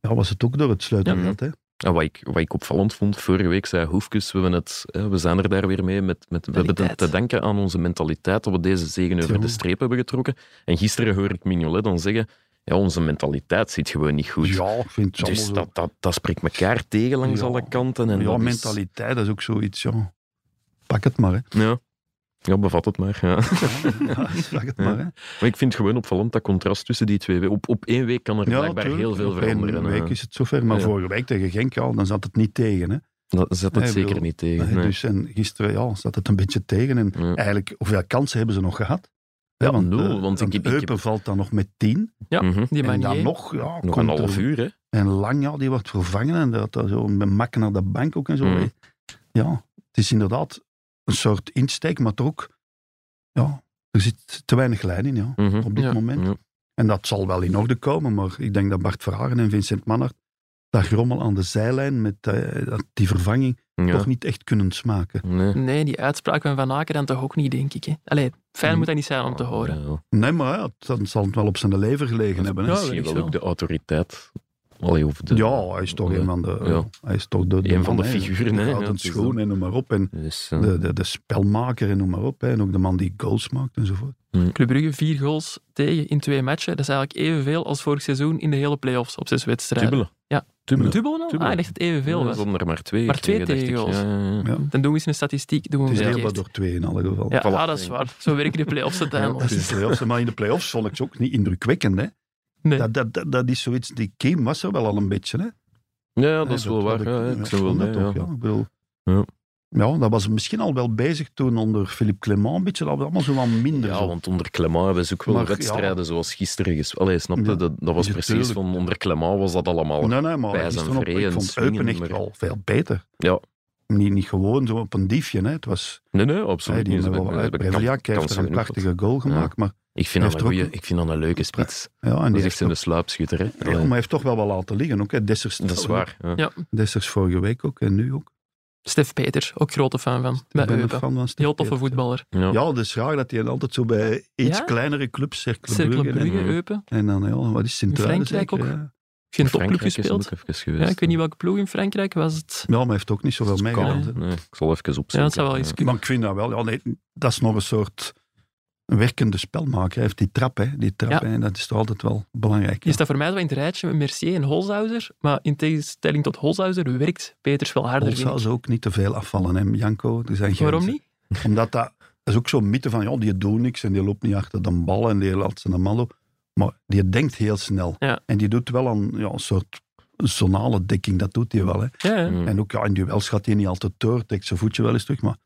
ja, was het ook door het sleutelgat. hè.
En wat ik, wat ik opvallend vond, vorige week zei Hoefkes, we, hebben het, hè, we zijn er daar weer mee, met, met, we hebben het
Mentaliteit.
te denken aan onze mentaliteit, dat we deze zegen over
Tjonge.
de streep hebben getrokken. En gisteren hoorde ik Mignolet dan zeggen, ja, onze mentaliteit zit gewoon niet goed.
Ja, ik vind het
dus
allemaal zo.
dat, dat, dat spreekt elkaar tegen langs
Ja.
alle kanten. En
Ja,
dat is-
mentaliteit, dat is ook zoiets. Ja. Pak het maar, hè.
ja. ja, bevat het maar. Ja.
Ja, pak het maar, hè.
Maar ik vind het gewoon opvallend, dat contrast tussen die twee. we- Op, op één week kan er blijkbaar
tuurlijk.
heel veel
Op één
veranderen. eh. hè.
week is het zover, maar
Ja.
vorige week tegen Genk, ja, dan zat het niet tegen. Hè.
Dat zet het
Nee, ik
zeker
bedoel,
niet tegen.
Hè,
nee.
Dus, en gisteren ja, zat het een beetje tegen. En
Ja.
eigenlijk, hoeveel kansen hebben ze nog gehad?
Ja,
Hè, want,
nul,
eh,
want ik- ik heb-
Eupen valt dan nog met tien.
Ja,
Mhm.
die
en dan
manier.
nog, ja,
Nog een
komt er-
half uur, hè?
En Lang, ja, die wordt vervangen. En dat, dat zo met makken naar de bank ook en zo.
Mm.
Ja, het is inderdaad een soort insteek, maar toch ook, ja, er zit te weinig lijn in, ja,
Mhm.
op dit
Ja.
moment.
Ja.
En dat zal wel in orde komen, maar ik denk dat Bart Verhagen en Vincent Mannert dat grommel aan de zijlijn met eh, dat- die vervanging
Ja.
toch niet echt kunnen smaken.
Nee.
Nee, die uitspraak van Van Aken dan toch ook niet, denk ik. Hè. Allee, fijn
Mhm.
moet dat niet zijn om te horen.
Ja.
Nee, maar ja, dan zal het wel op zijn lever gelegen hebben. Hè?
Ja,
Ja,
Misschien
weet
wel
ik
ook de autoriteit. Allee, of de,
hij is toch
Ja.
een van de,
Ja.
hij is toch de, de
Een van
man,
de
hè.
figuren,
De
hè. Ja,
gouden
het is
schoen
zo.
en noem maar op. En
Dus, eh,
de, de, de spelmaker en noem maar op. Hè. En ook de man die goals maakt enzovoort.
Club Brugge vier goals tegen in twee matchen. Dat is eigenlijk evenveel als vorig seizoen in de hele play-offs op zes wedstrijden.
dubbele.
Ja.
Dubbele.
Dubbel al?
Dubbele.
Ah, ik dacht het evenveel
Ja,
was.
ze hadden er maar twee.
Maar
gekregen,
twee
dacht ik.
tegels.
Ja, ja, ja.
Ja.
Dan doen we eens een statistiek. Doen we
Het is
verkeerd.
deelbaar door twee in alle geval.
Ja,
Voilà.
ah, dat is waar. Zo werken de play-offs
Dat
uiteindelijk.
is de play-offs. Maar in de play-offs vond ik ze ook niet indrukwekkend. Hè.
Nee.
Dat, dat, dat, dat is zoiets, die game was er wel al een beetje. Hè.
Ja, ja, dat is
Nee,
wel waar.
had
ja, ja,
ja,
Ik zou wel
vond
mee,
dat
ja.
toch, ja. Ik bedoel,
Ja.
ja. dat was misschien al wel bezig toen onder Philippe Clement een beetje, dat was allemaal zo wat minder.
Ja,
zo.
want onder Clement hebben ze ook wel
Maar, ja.
wedstrijden zoals gisteren. Ges... Allee, snap je?
Ja.
Dat, dat was
Ja,
precies
tuurlijk.
van onder Clement was dat allemaal.
nee, nee, maar
Pijs en
gisteren op,
vrij en
ik vond
swingen,
Eupen echt
maar-
wel veel beter.
Ja.
Niet, niet gewoon zo op een diefje. Hè. Het was,
Nee, nee,
hij,
absoluut
die
niet. Ze
hebben wel
hebben-
uit.
hebben kans-
Breviak heeft er
kansen
een
genoeg
prachtige goal gemaakt. Maar,
gehad. Ik vind dat
heeft
een
ook-
goeie- ik vind dat een leuke spits.
ja, en die
Dat is
heeft
echt
ook-
een sluipschutter. Hè.
ja, maar hij heeft toch wel wat laten liggen. Ook, hè. Dessers,
Dat is waar. ja.
Ja.
Dessers vorige week ook en nu ook.
Stef Peters, ook grote fan van.
Ik
Bij
ben een
Eupen.
fan van Stef
eh, Heel toffe
Peters.
voetballer.
Ja.
Ja, het is raar dat hij altijd zo bij iets
Ja?
kleinere clubs, Cercle
Cercle
Brugge,
Brugge,
Mhm.
Eupen.
En, eh, en dan, ja, wat is Sint-Truiden
Frankrijk
zeker,
ook.
ja.
Geen topclub
Frankrijk is
gespeeld.
ook even geweest.
Ja, ik weet niet welke ploeg in Frankrijk was het.
Ja, maar hij heeft ook niet zoveel meegedaan.
Kan,
hè.
nee, ik zal even opzoeken.
Ja, dat zou wel eens kunnen.
Maar ik vind dat wel. Ja, nee, dat is nog een soort een werkende spelmaker. Hij heeft die trap, hè, die trap
Ja.
hè, en dat is toch altijd wel belangrijk.
Je staat voor mij wel in het rijtje met Mercier en Holzhauser, maar in tegenstelling tot Holzhauser werkt Peters wel harder, vind ik.
zou ze ook niet te veel afvallen, hè, Janko. Er zijn
Waarom
grenzen.
niet?
Omdat dat, dat is ook zo'n mythe van, ja, die doet niks en die loopt niet achter de bal en die laat ze een mallo. Maar die denkt heel snel.
Ja.
En die doet wel een, ja, een soort zonale dekking, dat doet hij wel. Hè.
Ja, ja.
Mm.
En ook ja, in duels gaat hij niet altijd door, trekt zijn voetje wel eens terug. Maar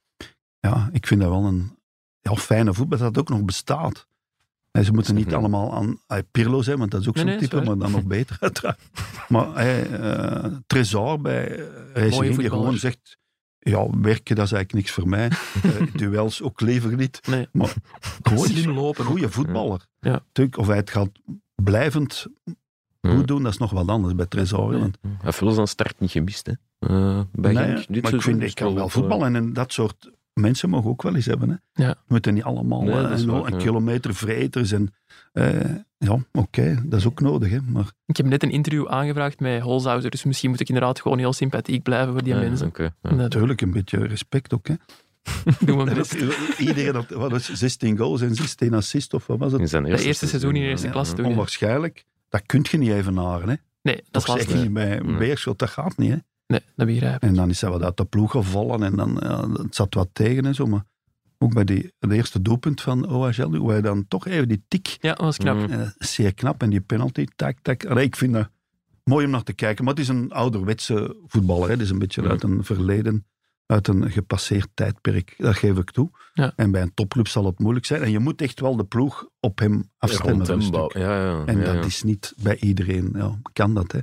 ja, ik vind dat wel een ja, fijne voetbal, dat dat ook nog bestaat. En ze moeten niet
Mhm.
allemaal aan ah, Pirlo zijn, want dat is ook
Nee,
zo'n
nee, is
type,
waar.
maar dan nog beter uiteraard. Maar eh eh, Trezor bij eh, Racing Genk, die
voetballer.
gewoon zegt, ja, werken dat is eigenlijk niks voor mij. Eh, duels ook liever niet.
Nee.
Maar gewoon
Slim lopen.
goede voetballer.
Ja.
Tuurlijk, of hij het gaat blijvend goed doen, dat is nog wat anders bij Trezor. hè, want
Hij heeft wel zijn start niet gemist, hè? Eh, bij
Nee,
Genk.
ja.
Dit
maar ik
seizoen
vind,
is
ik kan wel
eh,
voetballen. En dat soort mensen mogen ook wel eens hebben. Hè.
Ja.
We moeten niet allemaal
Nee,
eh,
dat is
en
waar,
wel een
ja.
kilometer vreters. En, eh, ja, oké, dat is ook nodig. Hè. Maar
Ik heb net een interview aangevraagd met Holzhauser, dus misschien moet ik inderdaad gewoon heel sympathiek blijven voor die
ja,
mensen.
oké, ja.
En Dat
natuurlijk een beetje respect ook. Hè.
doen we
En
best.
ook Iedereen had wat was het, 16 goals en 16 assists of wat was
In
het?
zijn
eerste seizoen in de eerste
ja.
klasse toen.
Onwaarschijnlijk. Dat kun je niet evenaren. Hè.
Nee, dat is
Toch
lastig.
zeker niet bij
Nee.
Beerschot, dat gaat niet. Hè.
Nee, dat begrijp ik.
En dan is hij wat uit de ploeg gevallen en dan ja, het zat wat tegen en zo. Maar ook bij die, het eerste doelpunt van OHL, hoe hij dan toch even die tik
Ja, dat was knap.
Mm.
Eh, zeer knap. En die penalty, tak, tak. Allee, ik vind dat mooi om naar te kijken. Maar het is een ouderwetse voetballer. Hè. Het is een beetje
Ja.
uit een verleden, uit een gepasseerd tijdperk. Dat geef ik toe.
Ja.
En bij een topclub zal het moeilijk zijn. En je moet echt wel de ploeg op hem afstemmen.
Rond hem
een stuk.
bouwen. Ja, ja,
En
ja,
dat
ja.
is niet bij iedereen. Ja, kan dat, hè.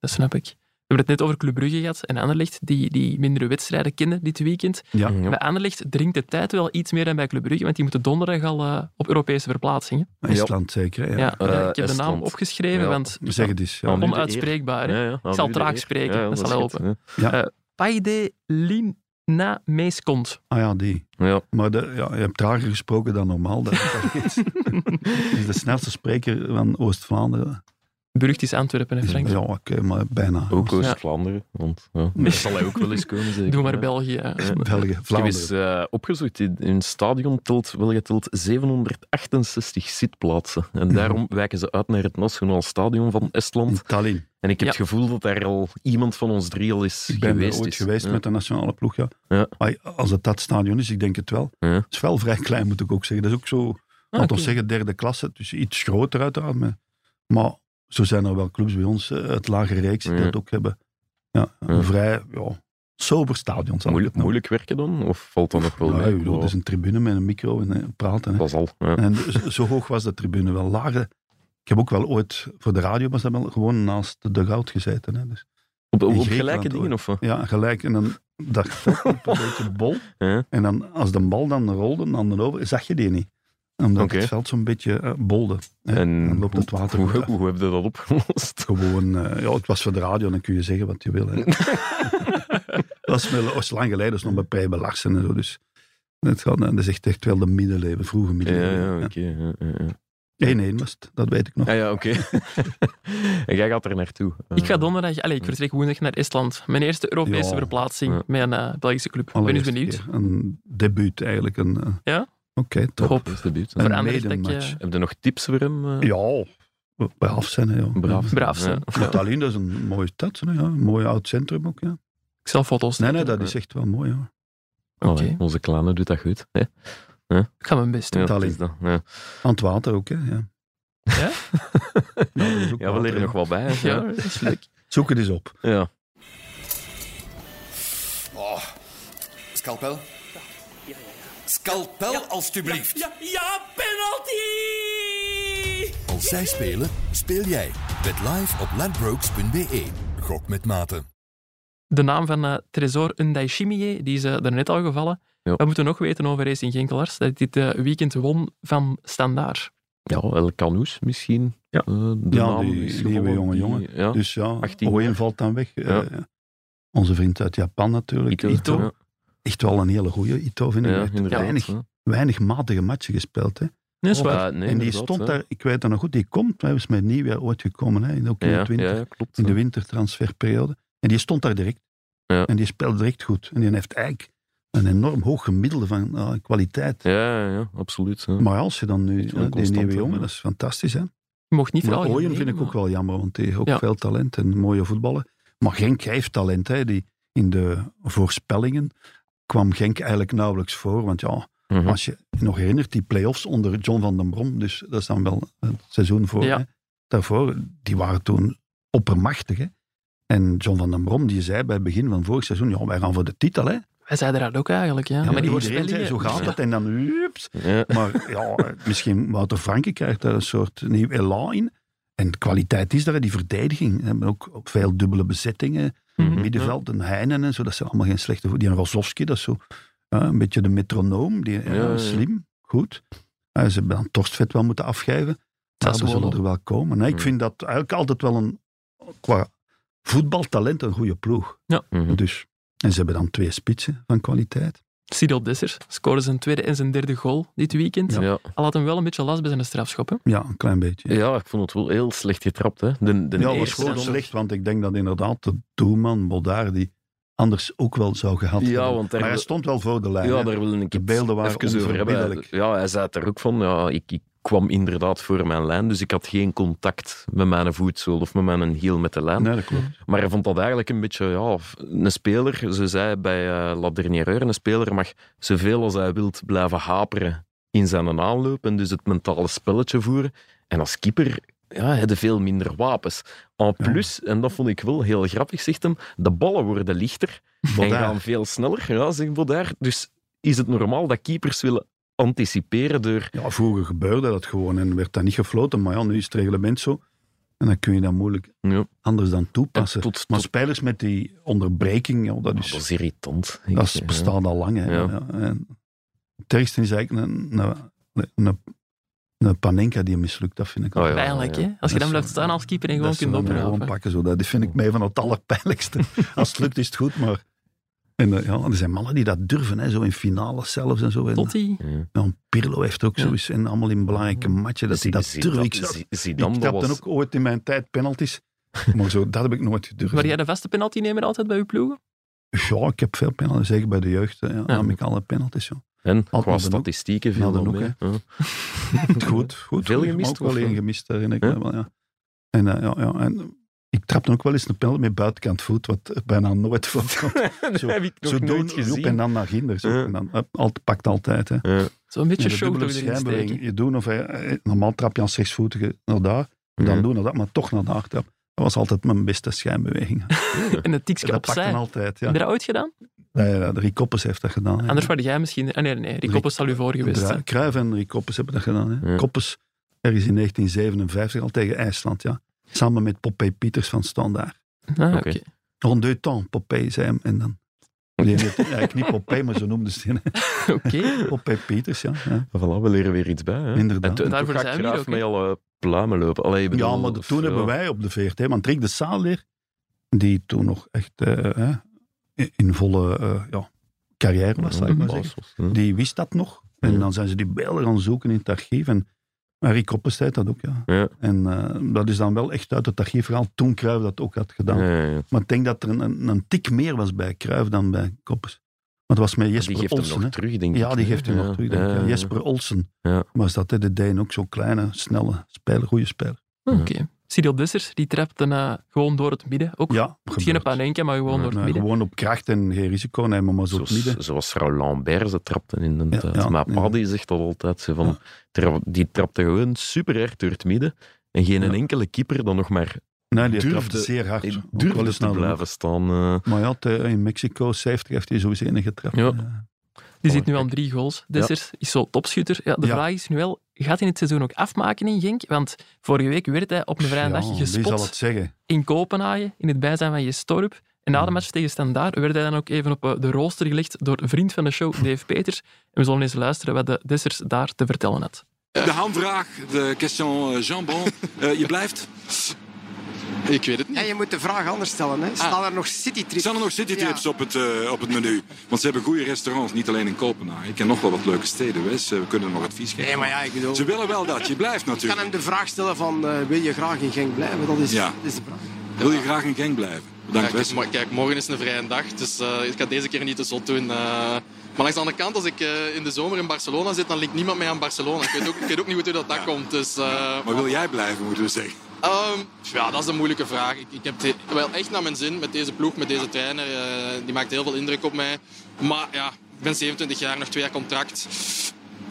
Dat snap ik. We hebben het net over Club Brugge gehad en Anderlecht, die, die mindere wedstrijden kennen dit weekend.
Ja.
Ja.
Bij Anderlecht dringt de tijd wel iets meer dan bij Club Brugge, want die moeten donderdag al eh, op Europese verplaatsingen.
Estland zeker, hè.
Ja,
Ja.
ja, ik heb de naam
eh, Estland.
opgeschreven,
Ja.
want
Zeg het eens. Ja.
Ja. nu de eer.
onuitspreekbaar. hè.
Ja, ja. Nou,
Ik zal
nu de
traag
eer.
spreken,
Ja, ja,
dat zal
is goed,
Paide Lina Meeskont.
Ah ja, die.
hè. Ja.
Maar de, ja, je hebt trager gesproken dan normaal. Dat, dat is, dat is de snelste spreker van Oost-Vlaanderen.
Berucht is Antwerpen, hè,
Is-
Frank.
Ja, oké, maar bijna.
Ook eh, Oost-Vlaanderen. Want, ja.
Nee.
Dat zal hij ook wel eens komen, zeker.
Doe maar
Ja.
België. eh. hè.
Ja.
België,
Ik heb
Vlaanderen.
eens eh, opgezocht. In in het stadion telt, wel geteld 768 zitplaatsen. En daarom wijken ze uit naar het Nationaal Stadion van Estland.
In Tallinn.
En eh, ik heb
Mhm. Ja.
het gevoel dat daar al iemand van ons drie al is
Ik ben er
geweest.
ooit
is.
geweest
Ja.
met de nationale ploeg, ja.
Ja.
Maar als het dat stadion is, ik denk het wel.
Ja.
Het is wel vrij klein, moet ik ook zeggen. Dat is ook zo,
Ah,
laten
cool.
we zeggen, derde klasse. Dus iets groter uiteraard. Maar, maar zo zijn er wel clubs bij ons, eh, uit lage reeks, die
Ja.
dat ook hebben. Ja, een
Ja.
vrij ja, sober stadion. zal ik
Moeilijk,
het noemen.
moeilijk werken dan? Of valt dat nog wel
Ja,
mee?
ik bedoel, dat is een tribune met een micro en eh, praten. hè.
Dat is al. Ja.
En zo- zo hoog was de tribune wel. Lage. Ik heb ook wel ooit voor de radio, maar ze hebben wel gewoon naast de dugout gezeten. Hè. Dus,
Op, op,
in
op
Griekenland
gelijke dingen
ooit.
of wat?
ja, gelijk. En dan dat veld liep een beetje bol.
Ja.
En dan, als de bal dan rolde, dan de over, zag je die niet. Omdat
Oké.
het veld zo'n beetje eh, bolde. hè.
En
dan loopt het
hoe-
water
Hoe,
goed
hoe,
af.
heb je dat opgelost?
Gewoon, eh, ja, het was voor de radio, dan kun je zeggen wat je wil. Hè. dat is wel- dat is lang geleden, dat is nog bij Pijbe Larsen en zo. Dus het gaat, dat is echt, echt wel de middeleeuwen, vroege
Ja, ja,
middeleeuwen.
oké. ja, ja, ja.
Ja. 1-1 was het, dat weet ik nog.
Ah ja, oké. en jij gaat er naartoe.
Ik ga donderdag, allez, ik vertrek woensdag naar Estland. Mijn eerste Europese
Ja.
verplaatsing
Ja.
met een eh, Belgische club. Ik ben eens
Allereerste
benieuwd.
keer. Een debuut eigenlijk. Een, eh,
Ja?
Oké,
Ik
top.
Eh,
hoop
Debuut.
Een
voor Anderlecht dat ik,
mede-match.
eh,
Heb je nog tips voor hem? eh?
Ja, braaf zijn. Hè, joh.
Braaf.
braaf zijn.
Maar Tallinn, dat is een mooie stad. Hè, ja. Een mooi oud centrum ook. Ja.
Ik zal foto's
Nee, nee,
trekken.
dat is echt wel mooi. Ja.
Oké.
Allee, onze kleine doet dat goed. Hè?
Ik ga mijn best doen.
Ja,
Tallinn.
het is dat, ja.
Aan het water ook, hè? Ja.
Ja?
Ja, dat is ook
Ja, we
water,
leren
ja.
nog wel bij. hè.
Ja, dat is leuk.
Zoek het eens op.
Ja.
Oh, scalpel? Scalpel, alstublieft.
Ja, ja, penalty!
Als zij spelen, speel jij. Bet live op ladbrokes.be. Gok met mate.
De naam van eh Tresor Ndaishimiye, die is eh, daarnet al gevallen.
Ja.
We moeten nog weten over Racing Genkelars, dat dit eh, weekend won van Standaard.
ja, El Canoes misschien.
Ja.
Eh, de
Ja,
naam
die-
is
die
gevallen,
nieuwe jonge
die-
jongen.
Ja.
Dus ja,
18
Ooyen
jaar.
valt dan weg.
Ja.
Eh, onze vriend uit Japan natuurlijk. Ito.
Ja,
Echt wel een hele goede Ito, vind ik.
ja,
Echt
inderdaad.
weinig,
ja.
weinig matige matchen gespeeld. Hè.
Nee, is
Oh,
waar.
ja, nee,
en die
inderdaad,
stond
ja.
daar, ik weet dat nog goed, die komt. Hij is met nieuwjaar ooit gekomen, hè, ook in,
Ja,
het winter,
ja, ja, klopt.
in de wintertransferperiode. En die stond daar direct.
Ja.
En die speelde direct goed. En die heeft eigenlijk een enorm hoog gemiddelde van ah, kwaliteit.
Ja, ja, absoluut. Ja.
Maar als je dan nu
is wel
hè, die
constant,
nieuwe
hè.
jongen, dat is fantastisch. Hè?
Je mocht niet
Maar
vooral
Ooyen vind ik ook wel jammer, want die heeft ook
Ja.
veel talent en mooie voetballen. Maar Genk heeft talent. Hè? Die in de voorspellingen kwam Genk eigenlijk nauwelijks voor. Want ja,
Hm.
Mhm.
als je je nog herinnert, die play-offs onder John van den Brom, dus dat is dan wel het seizoen voor.
Ja.
hè. Daarvoor, die waren toen oppermachtig. Hè? En John van den Brom, die zei bij het begin van vorig seizoen, ja, wij gaan voor de titel. Hè? Ja,
Wij zeiden dat ook eigenlijk, ja.
maar
die
iedereen zei, zo gaat dat. En dan, hups,
Ja.
maar ja, misschien Wouter Franke krijgt daar een soort nieuw elan in. En de kwaliteit is daar, die verdediging. We hebben ook veel dubbele bezettingen.
Mhm.
Middenveld, een Heinen en zo, dat zijn allemaal geen slechte voet. Die Rosowski, dat is zo ja, een beetje de metronoom. Die, ja,
Ja, ja.
Slim, goed. Ja, ze hebben dan Torstvet wel moeten afgeven. Maar
is
ze zullen
Wolo.
er wel komen. Nee, ik
Ja.
vind dat eigenlijk altijd wel een, qua voetbaltalent, een goede ploeg.
Mhm.
Dus, en ze hebben dan twee spitsen van kwaliteit.
Cyril Dessers scoorde zijn tweede en zijn derde goal dit weekend.
Ja. Ja.
Al had hem wel een beetje last bij zijn strafschoppen.
Ja, een klein beetje.
ik vond het wel heel slecht getrapt. Hè. De, de
Ja, was
eerste.
gewoon slecht, want ik denk dat inderdaad de doelman Bodaar die anders ook wel zou gehad
Ja,
hebben.
want daar-
maar hij stond wel voor de lijn.
Ja,
hè.
daar wil ik
De
het
beelden waren
even over hebben.
onverbiddelijk.
Ja, hij zei het er ook van. Ja, ik, ik kwam inderdaad voor mijn lijn, dus ik had geen contact met mijn voetzool of met mijn hiel met de lijn.
Nee, dat klopt.
Maar hij vond dat eigenlijk een beetje, ja, een speler, ze zei bij eh La Dernière Heure, een speler mag zoveel als hij wilt blijven haperen in zijn aanloop en dus het mentale spelletje voeren. En als keeper ja, heb je veel minder wapens. En plus, en dat vond ik wel heel grappig, zegt hem, de ballen worden lichter en
Bodaar.
gaan veel sneller, ja, zegt Bodaar. Dus is het normaal dat keepers willen anticiperen door...
Ja, vroeger gebeurde dat gewoon en werd dat niet gefloten. Maar ja, nu is het reglement zo. En dan kun je dat moeilijk
Ja,
anders dan toepassen.
tot, tot, Ah,
Maar spelers met die onderbreking, ja, dat,
dat
is,
is irritant.
dat is- bestaat al lang. Hè.
Ja.
Ja, en het ergste is eigenlijk een, een, een, een panenka die mislukt. Dat vind ik
Oh ja.
Pijnlijk, hè? Als
Dat
je dan
is
blijft
zo-
staan als keeper en gewoon
Dat ze
kunt
dan Gewoon
oprapen.
pakken, zo. Dat
Oh.
vind ik mij van het allerpijnlijkste. Als het lukt is het goed, maar... En, eh, ja, er zijn mannen die dat durven, hè, zo in finales zelfs en zo. Nou, En,
Totti.
eh, Ja.
ja, Pirlo heeft ook
Ja.
zo eens, en allemaal in belangrijke matchen, dat hij dat durft. Ik, zat-
Zie- zie
ik
dan, dat
trapte
was-
ook ooit in mijn tijd penalties, maar zo, dat heb ik nooit gedurfd.
Waar jij de vaste penalty nemen altijd bij uw ploegen?
Ja, ik heb veel penalties, zeker bij de jeugd, hè, ja, nam ik alle penalties. Ja.
En
Hadden
qua
we dan ook.
statistieken
Ja,
viel
dan
dat
ook,
mee. Ja.
Goed, goed. goed
Veel
maar
gemist,
Ook wel
of,
één
eh?
gemist, herinner ik
Ja?
me wel, ja. En, eh, ja, ja, en ik trapte ook wel eens een penalty met buitenkant voet, wat er bijna nooit voorkomt.
dat
Zo-
heb ik nog
zo
nooit
doen, roep en
gezien.
dan naar ginder. Zo.
Ja.
En dan, hup, al- pakt altijd. Hè.
Ja.
Zo'n beetje
Met de
show
dubbele
toch erin steken.
schijnbeweging. Je doen of hij, eh, normaal trap je als rechtsvoetige naar daar, dan
Ja.
doen naar dat, maar toch naar daar trap. Dat was altijd mijn beste schijnbeweging.
En het tikje
dat pakte
opzij. Heb
altijd,
je
ja.
dat ooit gedaan?
Ja, ja, de Rick Koppes heeft dat gedaan. hè.
Anders waren jij misschien... Ah, nee, nee, die koppels zal u voor geweest
Dra-
zijn.
Cruijff en Rick Koppes hebben dat gedaan. Hè.
Ja.
Koppes, ergens in 1957 al tegen IJsland, ja. Samen met Poppé Pieters van Standaard.
Ah,
Oké.
oké.
Rendez temps, Poppé zei hem. En dan... Die heette Eigenlijk niet Poppé, maar zo noemden ze hem.
Oké.
Poppé Pieters, ja. ja.
Voilà, we leren weer iets bij. Hè.
Inderdaad.
En toen- En
Daarvoor
toen ga ik
zijn we hier
graag
ook,
mee alle pluimen lopen. Allee, ik
Ja,
bedoel,
maar de-
of-
toen
ja.
hebben wij op de VRT, want Rick de Saaleer, die toen nog echt eh, hè, in- in volle eh, ja, carrière was, zou ik maar
Ja,
zeggen,
baas was-
die wist dat nog. En
Mm. Ja.
dan zijn ze die beelden gaan zoeken in het archief. En, en Rick Koppes deed dat ook, ja.
Ja.
En eh, dat is dan wel echt uit het archief gehaald toen Cruijff dat ook had gedaan.
Ja, ja, ja.
Maar ik denk dat er een, een, een tik meer was bij Cruijff dan bij Koppes. Maar het was met Jesper
Ah, Die geeft
Olsen.
hem nog
hè.
terug, denk ik.
Ja, die geeft hem
Ja,
nog terug. denk ik,
ja,
ja.
ja.
Jesper Olsen.
Ja.
Maar is dat hè, de Deen ook zo'n kleine, snelle speler, goede speler.
Oké. Cyril Dessers, die trapte eh, gewoon door het midden. Ook
Ja,
Misschien een
gebeurt.
panenka, maar gewoon
Ja,
door het
Nee,
midden.
gewoon op kracht en geen risico nemen, maar zo op
Zoals,
het midden.
zoals vrouw Lambert, ze trapte in de
Ja,
tijd.
ja,
maar
ja.
Paddy zegt dat altijd. Ze van,
Ja.
tra- die trapte gewoon super hard door het midden. En geen
Ja.
enkele keeper dan nog maar
Nee, die
eh, durfde-
trapte zeer hard. Ook wel
durfde
eens
te
naar de hoek.
blijven staan. eh.
Maar ja, te- in Mexico 70 heeft hij sowieso enige getrapt.
Ja.
Ja.
Die
Oh,
zit nu
kijk.
aan drie goals. Dessers is zo topschutter. Ja, de
Ja.
vraag is nu wel, gaat hij het seizoen ook afmaken in Genk? Want vorige week werd hij op een vrije
Ja,
dag
Wie zal
gespot
het zeggen?
in Kopenhagen, in het bijzijn van Jestorp. En na de match tegen Standaard werd hij dan ook even op eh, de rooster gelegd door een vriend van de show, Dave Peters. En we zullen eens luisteren wat de Dessers daar te vertellen had.
De hamvraag, de question eh, jambon. Eh, je blijft.
Ik weet het niet. Ah.
Ja, je moet de vraag anders stellen. Hè. Staan er nog citytrips?
Staan er nog citytrips op, het, eh, op het menu? Want ze hebben goede restaurants, niet alleen in Kopenhagen. Ik ken nog wel wat leuke steden, Wes. Eh, We kunnen nog advies geven.
Nee, maar ja, ik bedoel...
Ze willen wel dat, je blijft
Ik kan
natuurlijk.
hem de vraag stellen van, eh, wil je graag in Genk blijven? Dat is,
Ja.
dat is de vraag.
Wil je graag in Genk blijven?
Ja,
Bedankt,
kijk,
Wes.
mo- kijk, morgen is een vrije dag, dus eh, ik ga deze keer niet te zot doen. eh, Maar langs de andere kant, als ik eh, in de zomer in Barcelona zit, dan linkt niemand mij aan Barcelona. Ik weet ook, ik weet ook niet hoe dat, dat komt. Dus, eh,
Maar wil jij blijven, moeten we zeggen.
Ehm, ja, dat is een moeilijke vraag. Ik, ik heb het he- wel echt naar mijn zin met deze ploeg, met deze trainer. Eh, die maakt heel veel indruk op mij. Maar ja, ik ben 27 jaar, nog twee jaar contract.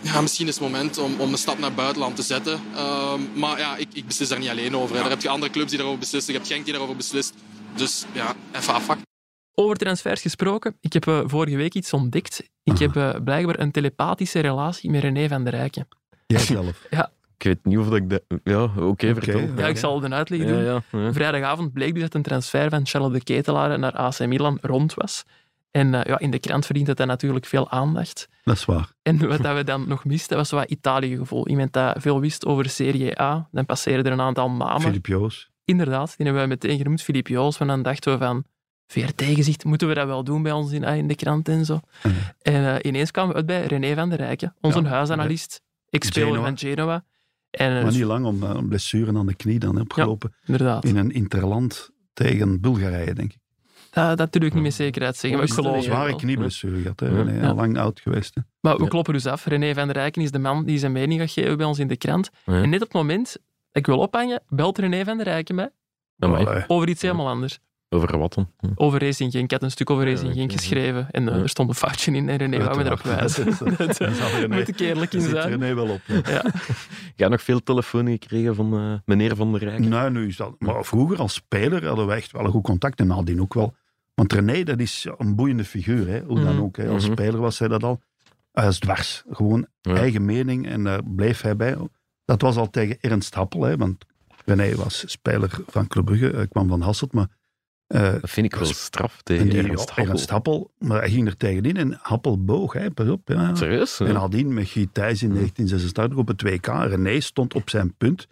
Ja, misschien is het moment om, om een stap naar het buitenland te zetten. Ehm, maar ja, ik, ik beslis daar niet alleen over. hè. Daar heb je andere clubs die daarover beslissen. Je hebt Genk die daarover beslist. Dus ja, even afwachten.
Over transfers gesproken, ik heb eh, vorige week iets ontdekt. Ik heb eh, blijkbaar een telepathische relatie met René van der Rijken.
Jijzelf.
Ik weet niet of dat ik dat... Ja, oké, vertel.
Oké,
Ja, ik zal de uitleg doen.
Ja, ja, ja.
Vrijdagavond bleek dus dat een transfer van Charlotte de Ketelaar naar AC Milan rond was. En eh, ja, in de krant verdient dat dan natuurlijk veel aandacht.
Dat is waar.
En wat dat we dan nog misten, was wat Italië-gevoel. Iemand dat veel wist over Serie A. Dan passeerden er een aantal namen.
Filip Joos.
Inderdaad, die hebben we meteen genoemd, Filip Joos. Want dan dachten we van, VRT-gezicht, moeten we dat wel doen bij ons in, ah, in de krant en zo. En eh, ineens kwamen we uit bij René van der Rijken, onze
Ja,
huisanalist, ex-speler
Genoa.
van Genoa. En eh,
Maar niet lang om eh, blessuren aan de knie dan hè, opgelopen.
inderdaad,
In een interland tegen Bulgarije, denk ik.
Ah, dat, dat doe ik niet met zekerheid zeggen, maar ik geloof het
Zware
wel.
knieblessure gehad. Hè. Nee,
Ja.
Lang oud geweest. Hè.
Maar we
Ja.
kloppen dus af. René van der Rijken is de man die zijn mening gaat geven bij ons in de krant. En net op het moment dat ik wil ophangen, belt René van der Rijken mij
Amai,
Allee.
over iets helemaal anders.
Over wat dan? Hm.
Over Racing Genk. Ik had een stuk over
Ja,
Racing
oké,
Genk
ja.
geschreven en eh,
Ja.
er stond een foutje in en René wou me erop wijzen.
Uiteraard.
Dat, eh,
Daar zal René-
moet ik eerlijk in
Zit
zijn.
René wel op. ja.
Jij nog veel telefoon gekregen van eh, meneer Van der Rijken?
Nou, nu is dat. Maar vroeger als speler hadden wij echt wel een goed contact en nadien ook wel. Want René, dat is een boeiende figuur, hè? hoe dan
Mhm.
ook. Hè? Als
Mhm.
speler was hij dat al. Hij is dwars. Gewoon
Ja.
eigen mening en daar bleef hij bij. Dat was al tegen Ernst Happel, hè? want René was speler van Club Brugge, hij kwam van Hasselt. Maar eh,
Dat vind ik wel
Dat is-
straf
en
tegen
die,
Ernst Happel.
Ernst Happel, maar hij ging er tegenin en Happel boog, hè? pas op. Ja.
Serieus? hè?
En nadien met Guy Thijs in 1986 op het WK. René stond op zijn punt.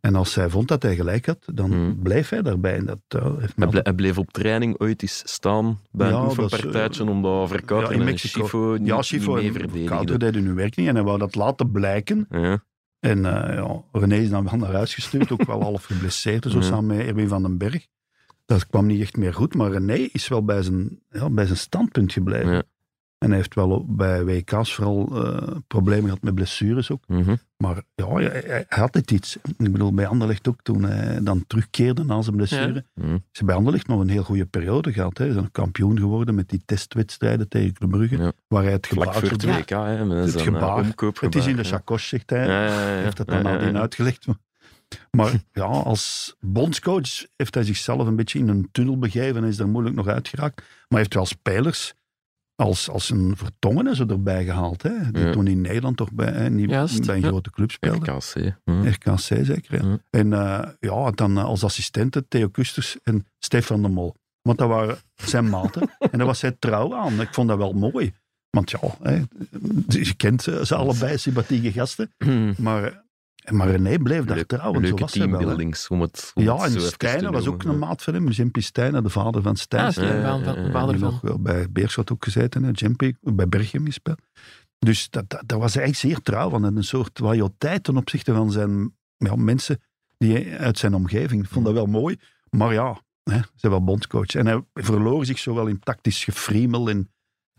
En als hij vond dat hij gelijk had, dan
Hmm.
bleef hij daarbij. En dat eh, heeft me
Hij, ble-
altijd-
hij bleef op training ooit eens staan bij
Ja,
een
dat is,
oefenpartijtje
eh,
omdat verkouden
ja, in
en
Mexico.
Schifo niet,
ja,
niet
Schifo
mee
en Kouter
verdedigde.
deden hun werk niet en hij wou dat laten blijken.
Ja.
En eh, ja, René is dan wel naar huis gestuurd, ook wel half geblesseerd, zo
Ja.
samen met Erwin van den Berg. Dat kwam niet echt meer goed, maar René is wel bij zijn, ja, bij zijn standpunt gebleven.
Ja.
En hij heeft wel op- bij WK's vooral eh, problemen gehad met blessures ook.
Mhm.
Maar ja, hij, hij had het iets. Ik bedoel, bij Anderlecht ook, toen hij dan terugkeerde na zijn blessure.
Mhm.
Ze bij Anderlecht nog een heel goede periode gehad. Hè. Ze zijn nog kampioen geworden met die testwedstrijden tegen Club Brugge.
Ja.
Waar hij het
Vlak
gebaar
voor het
doet.
WK, hè, met
Het
zijn
gebaar.
eh, omkoopgebaar,
Het is in de
hè.
chacos, zegt hij.
Ja, ja, ja,
Hij
ja.
heeft dat dan
Ja,
al
ja, ja.
uitgelegd. Maar ja, als bondscoach heeft hij zichzelf een beetje in een tunnel begeven en is er moeilijk nog uitgeraakt. Maar hij heeft wel spelers als, als een vertongene zo erbij gehaald. Hè? Die
Ja.
toen in Nederland toch bij, hè, niet
Juist,
bij een
ja.
grote club speelde.
RKC. Mhm.
RKC zeker. Ja.
Ja.
En eh, ja, dan eh, als assistenten Theo Kusters en Stefan de Mol. Want dat waren zijn maten. en daar was hij trouw aan. Ik vond dat wel mooi. Want ja, hè, je kent ze ze allebei, sympathieke gasten.
Hm.
Maar, maar René bleef daar
Leuk-
trouw. En zo
Leuke
was hij wel. hè.
teambuildings, om het om het
Ja,
zo
en
even te
Stijnen was ook
noemen.
een maat van hem. Jimpi Stijnen, de vader van Stijn.
Ah,
Stijnen.
Stijn van, van,
Ja, ja, ja.
vader
Die
van.
Eh, nog wel bij Beerschot ook gezeten. hè. Jimpi, bij Berchem gespeeld. Dus dat, dat, daar was hij eigenlijk zeer trouw aan. En een soort loyaliteit ten opzichte van zijn ja, mensen die uit zijn omgeving. Ik vond
Mm.
dat wel mooi. Maar ja, hè, ze zijn wel bondscoach. En hij verloor zich zowel in tactisch gefriemel. En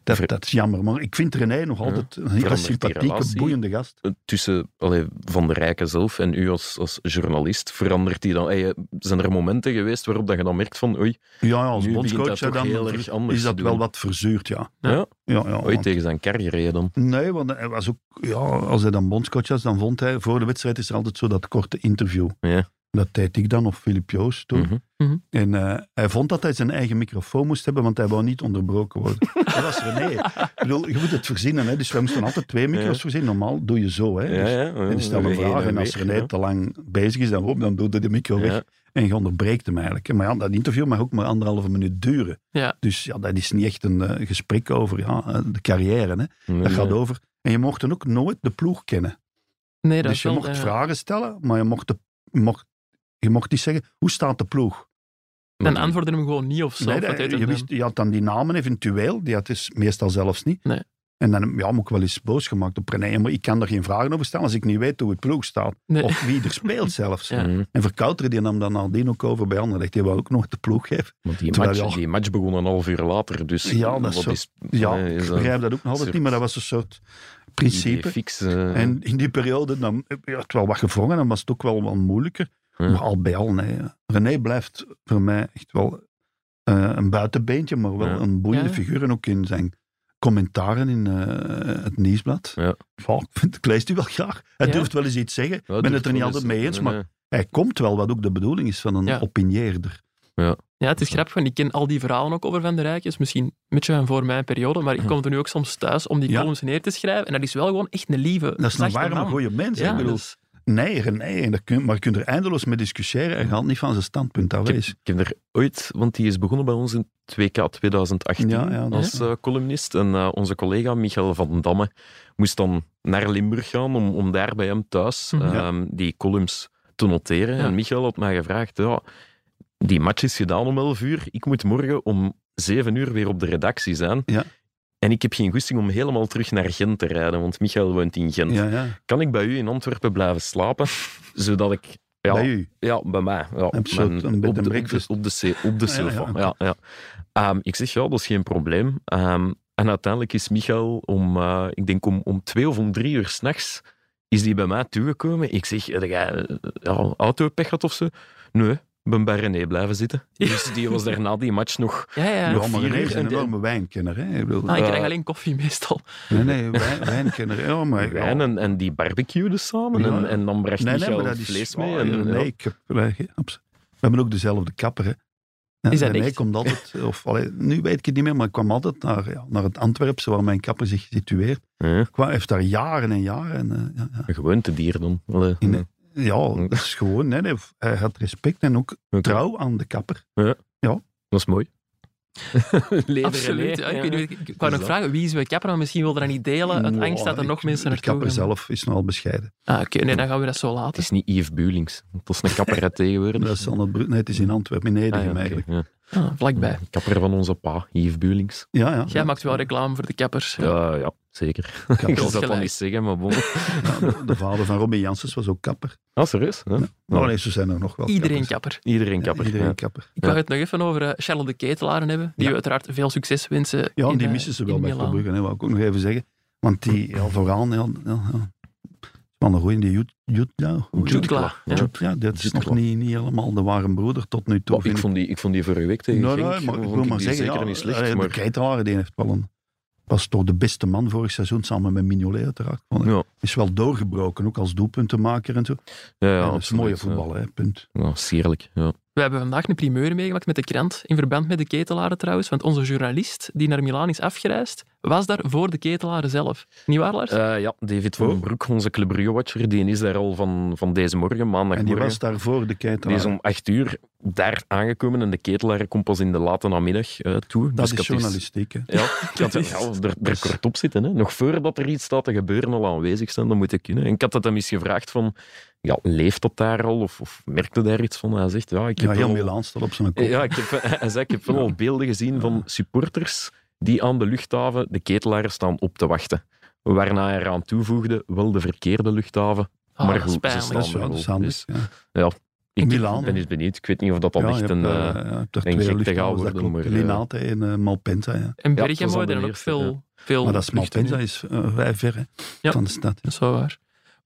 dat,
Ver-
dat is jammer. Maar ik vind René nog altijd een hele
Verandert die
sympathieke,
relatie?
boeiende gast.
Eh, tussen allee, Van der Rijken zelf en u als, als journalist, verandert die dan? Hey, zijn er momenten geweest waarop dat je dan merkt van oei,
Ja, ja, als
Nu begint
bondscoach
dat toch
hè, dan
heel erg anders
is dat
te
wel
doen.
wat verzuurd, ja.
ja,
ja, ja
oei
want-
tegen zijn kar gereden dan.
Nee, want hij was ook, ja, als hij dan bondscoach was, dan vond hij, voor de wedstrijd is er altijd zo dat korte interview.
Ja.
Dat deed ik dan, of Filip Joos toen.
Mhm.
En eh, hij vond dat hij zijn eigen microfoon moest hebben, want hij wou niet onderbroken worden. dat was René. Ik bedoel, je moet het verzinnen, hè. dus wij moesten altijd twee micro's
Ja.
verzinnen. Normaal doe je zo, hè. Dus-
ja,
en je stelt een vraag en als René te lang bezig is, dan, hop, dan doet hij de micro weg.
Ja.
En je onderbreekt hem eigenlijk. Maar ja, dat interview mag ook maar anderhalve minuut duren.
Ja.
Dus ja, dat is niet echt een eh, gesprek over ja, eh, de carrière, hè. Dat gaat over. En je mocht dan ook nooit de ploeg kennen.
Nee,
dus
dat is
je
wel,
mocht
eh,
vragen stellen, maar je mocht, de, je, mocht, je mocht niet zeggen, hoe staat de ploeg?
Dan antwoordde hem gewoon niet of zo.
Nee,
of wat
dat-
heet
je,
het,
wist, je had dan die namen eventueel, die had dus meestal zelfs niet.
Nee.
En dan ja, heb ik wel eens boos gemaakt op René. Maar ik kan daar geen vragen over stellen als ik niet weet hoe het ploeg staat.
Nee.
Of wie er speelt zelfs.
Ja.
Mhm.
En Verkouteren die nam dan nadien ook over bij Anderlecht. Die wou ook nog de ploeg geven.
Want die
Terwijl,
match,
ja.
die match begon een half uur later, dus
Ja, dat is
wat
zo.
is
Ja,
Nee, is
ik
dat-
begrijp dat ook nog altijd
soort-
niet, maar dat was een soort
Idee
principe.
Fix, eh,
En in die periode dan, ja, het wel wat gevrongen, dan was het ook wel wat moeilijker.
Ja.
Maar al bij al, nee. René blijft voor mij echt wel eh, een buitenbeentje, maar wel
Ja.
een boeiende
Ja.
figuur. En ook in zijn commentaren in eh, het nieuwsblad.
Ja.
Goh, ik, vind, ik lees die wel graag. Hij
Ja.
durft wel eens iets zeggen.
ja,
Ik ben
durft
het er
wel
niet altijd
eens-
mee eens,
nee,
maar
nee.
hij komt wel, wat ook de bedoeling is van een
Ja.
opinieerder.
Ja, het is grappig, want ik ken al die verhalen ook over Van der Rijk. is misschien een beetje een voor mijn periode, maar ik kom er nu ook soms thuis om die
Ja.
columns neer te schrijven. En dat is wel gewoon echt een lieve,
Dat is een
zachte
warme,
man.
goede mens. hè.
Ja,
ik bedoel,
dus-
nee, nee, en daar kun, maar je kunt er eindeloos mee discussiëren. Hij gaat niet van zijn standpunt af.
Ik heb,
is.
ik heb er ooit, want die is begonnen bij ons in 2K 2018
Ja, ja, dat
als eh, columnist. En eh, onze collega Michael van den Damme moest dan naar Limburg gaan om, om daar bij hem thuis
Mhm.
Ja.
ehm, die columns te noteren.
Ja.
En Michael had mij gevraagd, ja, die match is gedaan om 11 uur, ik moet morgen om 7 uur weer op de redactie zijn.
Ja.
En ik heb geen goesting om helemaal terug naar Gent te rijden, want Michael woont in Gent.
Ja, ja.
Kan ik bij u in Antwerpen blijven slapen, zodat ik... Ja,
Bij u.
ja, bij mij. Ja,
Een soort
Mijn-
een bed
op,
and
de, op, de,
breakfast.
op de ce- op de
Ah, ja, ja,
sofa.
oké.
ja, ja. Ehm, ik zeg, ja, dat is geen probleem. Ehm, en uiteindelijk is Michael om, eh, ik denk om, om twee of om drie uur s'nachts, is die bij mij toegekomen. Ik zeg, heb jij eh, ja, autopech gehad of zo? Nee, ik ben bij René blijven zitten. Dus die was daarna die match nog...
ja, ja.
Ja, maar
vier
René
uur
is
en
een
de-
enorme wijnkenner. Hè? Ik bedoel,
Ah, ik krijg
Eh,
alleen koffie meestal.
Nee, nee, wijn, Oh wijnkenner. Ja, maar, ja.
Wijn en, en die barbecueden samen.
Ja.
En, en dan bracht
nee, nee,
Michael
maar dat is
vlees
waar.
mee. En, eh,
nee,
ja.
ik heb, wij, absolu- we hebben ook dezelfde kapper. Hè. Ja,
Is dat
René
echt?
komt altijd, of allee, nu weet ik het niet meer, maar ik kwam altijd naar, ja, naar het Antwerpse waar mijn kapper zich situeert.
Ja,
Ik kwam, heeft daar jaren en jaren. En, eh, ja, ja.
een gewoontedier dan. Allee,
In-
ja. Mm.
ja, dat is gewoon, nee, nee, hij had respect en ook
Oké.
trouw aan de kapper.
Dat is mooi. Leder
Absoluut. Ja, ik, weet niet, ik- ik wou nog
Dus dat.
vragen, wie is uw kapper? Maar misschien wil dat niet delen, uit angst dat er
ik-
nog mensen
De
naartoe
kapper
gaan.
zelf is nogal bescheiden.
Ah, Oké, nee,
Hm.
dan gaan we dat zo
Het
laten.
is niet Yves Bulings. Dat is een kapper uit tegenwoordig.
Dat is aan het, Bru- nee, het is in Antwerpen, in
Ah,
Edegem
ja, oké,
eigenlijk.
ja.
Ah, vlakbij.
Kapper van onze pa, Yves Bulings.
Ja, ja.
Jij maakt wel reclame voor de kappers.
Ja, ja, zeker.
kapper.
Ik zal dat dan
gelijk.
niet zeggen, maar bon.
Ja, de- de vader van Robin Janssens was ook kapper.
Ah, serieus? Ja.
Nou, nee, zo zijn er nog wel.
Iedereen
kappers.
kapper.
Iedereen kapper.
Ja, Iedereen
ja.
kapper.
Ik wou het nog even over eh, Charlotte de Ketelaren hebben, die
Ja.
we uiteraard veel succes wensen.
Ja,
in,
die
eh,
missen ze wel
in
bij
Milaan.
Club Brugge, hè, wou ik ook nog even zeggen. Want die, ja, vooraan, ja, ja, ja. Van de goeie, die Jut- Jut- ja, hoe-
Jutla, ja.
Jut- ja, dat is
Jutla.
nog niet, niet helemaal de ware broeder tot nu toe.
Maar ik, vond die, ik vond die vorige week tegen
nee, nee,
Genk,
Nou, maar ik
vond
wil maar
die
zeggen,
zeker
ja,
niet
eh,
slecht,
de
maar
Keitelaren, die heeft wel een... Was toch de beste man vorig seizoen, samen met Mignolet uiteraard. Vond ik.
Ja.
Is wel doorgebroken, ook als doelpuntenmaker en zo.
ja, ja,
Ja, dat is
absoluut,
mooie
ja.
voetbal, hè, punt.
Ja, sierlijk. Ja.
We hebben vandaag een primeur meegemaakt met de krant, in verband met de ketelaren trouwens, want onze journalist die naar Milaan is afgereisd, was daar voor de ketelaren zelf. Niet waar, Lars?
Eh, ja, David van
Oh.
den Broek, onze Club Brugge-watcher, die is daar al van, van deze morgen, maandagmorgen.
En die was daarvoor de
Die is
Keitelaren.
om acht uur daar aangekomen en de ketelaar komt pas in de late namiddag eh, toe.
Dat
Dus ik
is
had dus-
journalistiek, hè.
Ja, ik had er, ja, er, er kort op zitten. Hè. Nog voordat er iets staat te gebeuren, al aanwezig zijn, dan moet ik kunnen. En ik had dat hem eens gevraagd van, ja, leeft dat daar al? Of, of merkte daar iets van? Hij zegt, ja, ik heb
Ja, heel
wel-
Milaan staat op zijn kop.
ja, ik heb, hij zei, ik heb wel al beelden gezien van supporters die aan de luchthaven de ketelaar staan op te wachten. Waarna hij eraan toevoegde, wel de verkeerde luchthaven.
Ah,
maar
dat is
goed, ze
pijnlijk.
staan
Dat is
er
wel
wel.
interessant.
Dus
Ja.
ik
Milaan,
ben
hè.
eens benieuwd. Ik weet niet of dat dan
Ja,
echt
je
een...
hebt,
eh,
eh, je hebt daar twee
een gekte
luchthavens,
gehouden
dat klopt.
nummer, eh.
Linate en eh, Malpensa, ja.
en
ja,
Bergamo,
dat was al
daar
de
ook
eerste,
veel, veel
Maar dat is
luchten in.
Malpensa is eh, vrij ver hè,
Ja.
van de stad.
Dat is wel waar.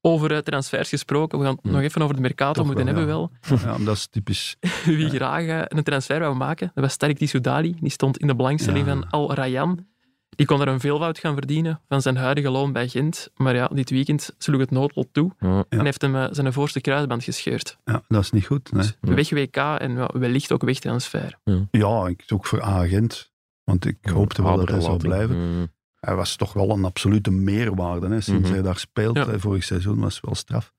Over eh, transfers gesproken, we gaan het
Hmm.
nog even over de Mercato
Hm. Toch
moeten
wel,
hebben wel.
Ja, dat is typisch.
Wie graag eh, een transfer wou maken, dat was Tarik Tissoudali. Die stond in de belangstelling
Ja.
van Al Rayyan. Die kon er een veelvoud gaan verdienen van zijn huidige loon bij Gent. Maar ja, dit weekend sloeg het noodlot toe
ja.
Ja.
en heeft hem eh, zijn voorste kruisband gescheurd. Dus
Ja, dat is niet goed. Nee.
Ja.
Weg WK en ja, wellicht ook weg transfer.
Ja, ik ook voor agent. Want ik hoopte wel dat hij zou
Aderlating.
blijven.
Mm.
Hij was toch wel een absolute meerwaarde hè, sinds
Mhm.
hij daar speelt.
Ja.
hè. Vorig seizoen was wel straf.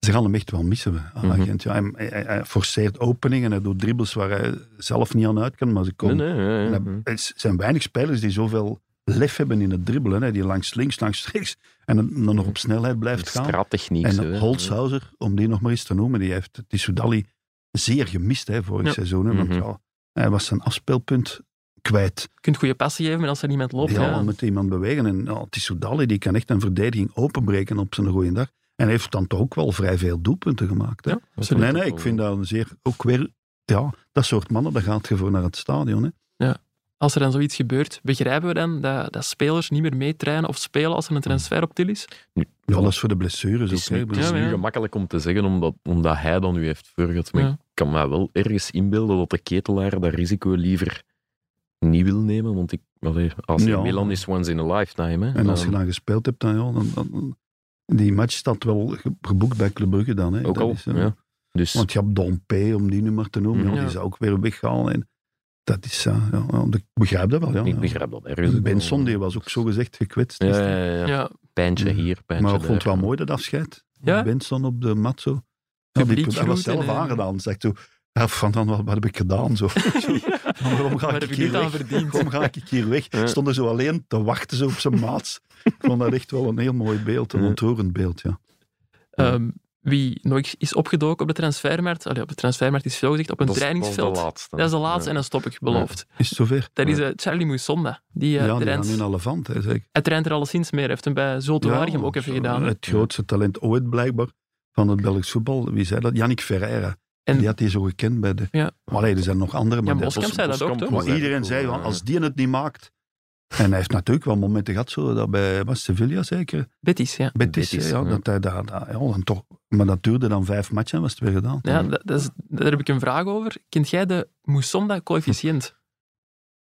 Ze gaan hem echt wel missen, we, aan
Mhm.
agent. Ja, hij, hij, hij forceert openingen, hij doet dribbles waar hij zelf niet aan uit kan, maar ze komen.
Nee, nee, ja, ja.
En dat-
Mhm.
Er s- zijn weinig spelers die zoveel lef hebben in het dribbelen. Hè, die langs links, langs rechts en dan dan nog
Mhm.
op snelheid blijft gaan.
Straattechniek. zo,
En
hè.
Holzhauser, om die nog maar eens te noemen, die heeft Tissoudali zeer gemist hè, vorig
Ja.
seizoen. Hè, want
Mhm.
ja, hij was zijn afspeelpunt kwijt.
Je kunt goede passen geven, maar als er niemand loopt...
ja,
ja.
al met iemand bewegen. En ja, Tissoudali die kan echt een verdediging openbreken op zijn goede dag. En hij heeft dan toch ook wel vrij veel doelpunten gemaakt. Hè?
Ja, absoluut.
nee, nee, ik vind dat een zeer... Ook weer, ja, dat soort mannen, daar gaat je voor naar het stadion. Hè.
Ja. als er dan zoiets gebeurt, begrijpen we dan dat, dat spelers niet meer meetrainen of spelen als er een transfer op til is?
Ja, dat is voor de blessures
Het is,
ook.
nu,
hè.
het is
Ja,
nu
ja.
gemakkelijk om te zeggen, omdat, omdat hij dat nu heeft vergehad. Maar
Ja.
ik kan mij wel ergens inbeelden dat de ketelaar dat risico liever niet wil nemen. Want ik, allee, AC
Ja.
Milan is once in a lifetime. Hè.
En als je
Ehm,
dan gespeeld hebt, dan, ja, dan, dan- die match staat wel ge- geboekt bij Club Brugge dan. Hè.
ook
Dat
al.
is, eh,
ja. Dus
Want je hebt Don P, om die nu maar te noemen,
Mhm.
ja,
Ja.
die zou ook weer weggaan. En dat is, eh, ja, ja, ik begrijp dat wel. oh Ja,
ik
ja.
begrijp dat ergens. ook wel.
Benson, die was ook zo gezegd gekwetst.
Ja,
is
ja, ja, ja.
Ja,
Pijntje hier, pijntje
Maar ik vond het
daar.
wel mooi dat afscheid.
Ja?
Benson op de mat zo. Ja, die,
Publiek
hij was
groeten
zelf
en-
aangedaan. Zegt zo, ja, van dan, wat, wat heb ik gedaan? Zo. Zo, maar waarom ga
Waar
ik,
heb ik
hier
dit aan
weg?
verdiend?
Waarom ga ik hier weg?
Ja.
Stonden zo alleen te wachten zo op zijn maats. Ik vond dat echt wel een heel mooi beeld, een
Ja.
ontroerend beeld. Ja.
Ehm, wie nog is opgedoken op de transfermarkt, allee, op de transfermarkt is veel gezegd, op een
Dat is- Dat
trainingsveld.
is de laatste.
Dat is de laatste en dan stop ik, beloofd.
Is het zover?
Dat is eh, Charlie Moussonda. Die,
Ja,
eh,
die
traint,
gaan in Alevant, hè, zeker.
Hij traint er alleszins meer. Hij heeft hem bij Zulte Waregem ook even
zo,
gedaan. hè.
Het grootste talent ooit blijkbaar van het Belgisch voetbal. Wie zei dat? Yannick Ferreira.
En-
die had die zo gekend bij de...
Ja.
Maar nee, er zijn nog andere. Maar,
Ja,
dat
Boskamp
was-
zei dat ook, toch?
maar iedereen zei,
eh,
van, als die het niet maakt... En hij heeft natuurlijk wel momenten gehad, zo, dat bij was Sevilla zeker.
Betis, ja.
Betis,
Betis,
hè, ja,
ja.
Dat hij daar, daar- ja, dan toch, maar dat duurde dan vijf matchen en was het weer gedaan.
ja dat, dat is- daar heb ik een vraag over. Kent jij de Moussonda-coëfficiënt?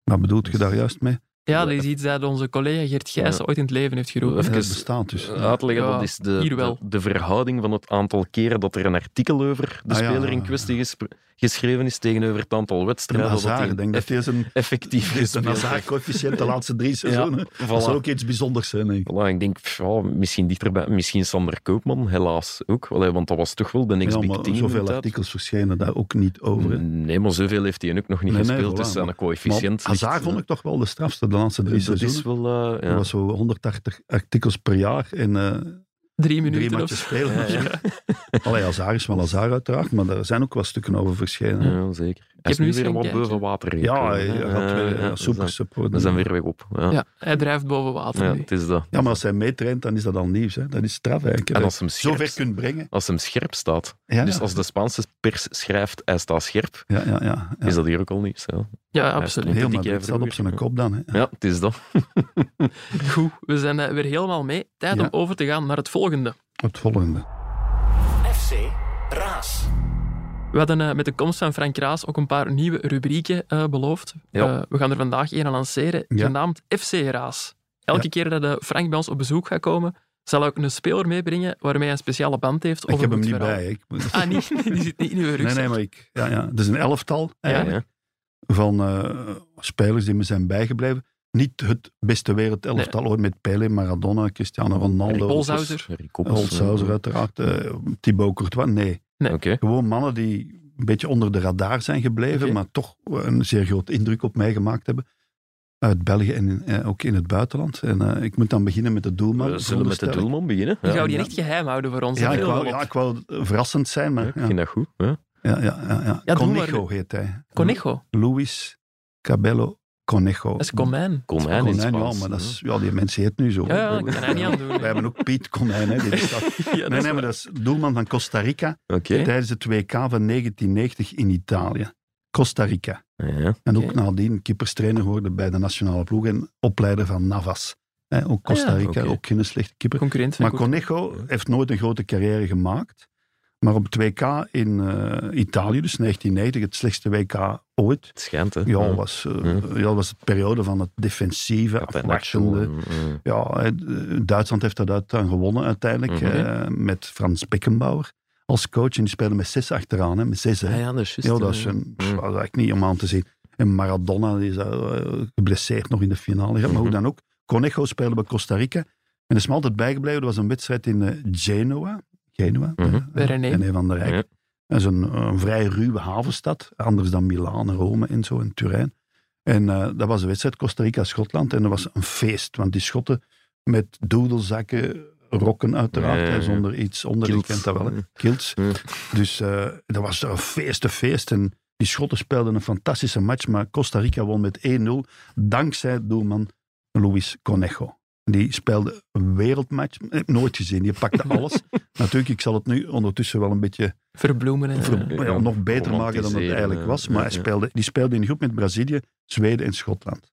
Wat bedoelt je daar juist mee?
Ja, dat is iets dat onze collega Geert Gijssen ooit in het leven heeft geroepen.
Het
Even- eh,
bestaat dus.
Uitleggen,
Ja,
dat is de,
hier wel.
de, de verhouding van het aantal keren dat er een artikel over de
Ah, ja,
speler
ja,
in
ja.
kwestie gespre- geschreven is tegenover het aantal wedstrijden dat
Hazard,
hij
ik denk dat
eff-
hij zijn
effectief
is een
gespeeld heeft.
Hazard-coëfficiënt de laatste drie seizoenen.
Voilà.
Dat zou ook iets bijzonders zijn, denk ik.
Voilà, ik denk, pff, ja, misschien dichterbij, misschien Sander Koopman, helaas ook. Allee, want dat was toch wel de next
Ja,
big Mm,
maar
thing in
zoveel
de tijd.
artikels verschijnen daar ook niet over. hè.
Nee, maar zoveel heeft hij ook nog niet
Nee, nee,
gespeeld,
voilà,
dus zijn
maar-
coëfficiënt... eh,
Maar Hazard vond ik toch wel de strafste de laatste drie
Dat is
seizoenen.
wel... eh,
Er
ja.
was zo 180 artikels per jaar en eh
Drie
drie
minuten of
matjes
zo.
spelen. Allee, Hazard is wel Hazard uiteraard, maar daar zijn ook wel stukken over verschenen. hè.
Ja, zeker.
heb
Hij is
nu
nu
eens
weer
gaan
wat
kijken.
boven water
Ja,
gekomen,
hij
hè.
had weer
Eh,
ja,
ja,
super
dus
support.
dan- dan zijn we weer weg op. Ja, ja.
Ja, hij drijft boven water nu.
het is dat.
Ja, maar als hij meetraint, dan is dat al nieuws. Hè. Dat is straf eigenlijk. hè.
En als hem
Zo ver
scherp,
kunt brengen.
als hem scherp staat,
Ja,
dus
ja.
als de Spaanse pers schrijft hij staat scherp,
ja, ja, ja, ja.
is dat hier ook al niet zo.
Ja,
Hij
absoluut.
stond-
Heel
dikke
Madrid staat op
vroeger.
zijn kop dan. Hè.
Ja, het is dat.
Goed, we zijn eh, weer helemaal mee. Tijd
Ja.
om over te gaan naar het volgende.
Het volgende.
Oh,
FC Raas.
We hadden eh, met de komst van Frank Raas ook een paar nieuwe rubrieken eh, beloofd.
Ja.
Eh, we gaan er vandaag één aan lanceren,
Ja.
genaamd FC Raas. Elke
Ja.
keer dat eh, Frank bij ons op bezoek gaat komen, zal ik een speler meebrengen waarmee hij een speciale band heeft. of
Ik heb
een
hem
goed
niet
verhaal.
bij. hè. Ik moet-
Ah, niet? Die zit niet in uw rugzak.
Nee, nee, maar ik... Ja, ja. Het is een elftal
Ja,
eigenlijk,
ja.
van eh, spelers die me zijn bijgebleven. Niet het beste wereldelftal ooit met Pele, Maradona, Cristiano Ronaldo.
Bolshauser.
Harry Koppers,
Holshouser
ja.
uiteraard. eh, Thibaut Courtois. Nee,
Oké.
gewoon mannen die een beetje onder de radar zijn gebleven,
Oké.
maar toch een zeer groot indruk op mij gemaakt hebben. Uit België en in- eh, ook in het buitenland. En eh, ik moet dan beginnen met de doelman.
We Eh, zullen met de
veronderstel ik.
doelman beginnen.
Die
Ja,
gaan we die
ja.
echt geheim houden voor ons.
Ja,
Dat
ik
viel
wou,
wel op.
ja, ik wou verrassend zijn,
Ja, ik
maar... Ja,
vind dat goed. Ja.
ja, ja, ja, ja.
Ja, doe maar.
Conejo heet hij.
Conejo,
Luis Cabello Conejo.
dat is Comijn.
Konijn in
Konijn,
Spaans.
ja, maar dat is, ja, die mensen heet nu zo.
Hm. Ja, ja, ik kan hij niet aan doen.
Wij hebben ook Piet Konijn, hè, die bestaat.
Ja, dat
Nee,
is
nee, maar dat is doelman van Costa Rica
Oké.
tijdens het WK van 1990 in Italië. Costa Rica.
Ja.
En ook
Oké.
nadien keeperstrainer geworden bij de nationale ploeg en opleider van Navas. Hè, ook Costa
Ah ja,
Rica,
oké.
ook geen slechte keeper.
concurrent. van
Maar
Courtois.
Conejo heeft nooit een grote carrière gemaakt. Maar op het WK in eh, Italië, dus 1990, het slechtste WK ooit.
Het schijnt, hè.
Ja, was, eh,
Ja.
ja, was het periode van het defensieve,
Dat hij natural,
afwachtende.
mm, mm.
Ja, hè, Duitsland heeft daaruit dan gewonnen uiteindelijk.
Mhm.
eh, met Frans Beckenbauer als coach. En die speelde met zes achteraan, hè, met zes. Hè.
Ah ja, dat is juist,
Ja, dat is,
eh,
een, pff,
Mm.
dat is eigenlijk niet om aan te zien. En Maradona die is eh, geblesseerd nog in de finale. gehad, Maar hoe
Mhm.
dan ook. Conejo speelde bij Costa Rica. En dat is me altijd bijgebleven. Er was een wedstrijd in eh, Genoa. Genoa.
Mhm.
eh,
Bij René.
René van der Rijk.
Ja.
Dat is een, een vrij ruwe havenstad. Anders dan Milaan, Rome en zo, en Turijn. En eh, dat was de wedstrijd Costa Rica-Schotland. En dat was een feest. Want die Schotten met doedelzakken, rokken uiteraard.
Ja, ja,
hè,
ja.
Zonder iets onder. Je
Kilts.
kent dat wel, hè.
Ja.
Kilts.
Ja.
Dus eh, dat was een feest, een feest. En die Schotten speelden een fantastische match. Maar Costa Rica won met 1-0. Dankzij doelman Luis Conejo. Die speelde een wereldmatch. Ik heb nooit gezien. Die pakte alles. Natuurlijk, ik zal het nu ondertussen wel een beetje
Verbloemen en eh,
ver-
Ja,
maar ja, nog beter maken dan het
romantiseren,
eigenlijk was.
ja,
Maar hij
ja.
speelde, die speelde in een groep met Brazilië, Zweden en Schotland.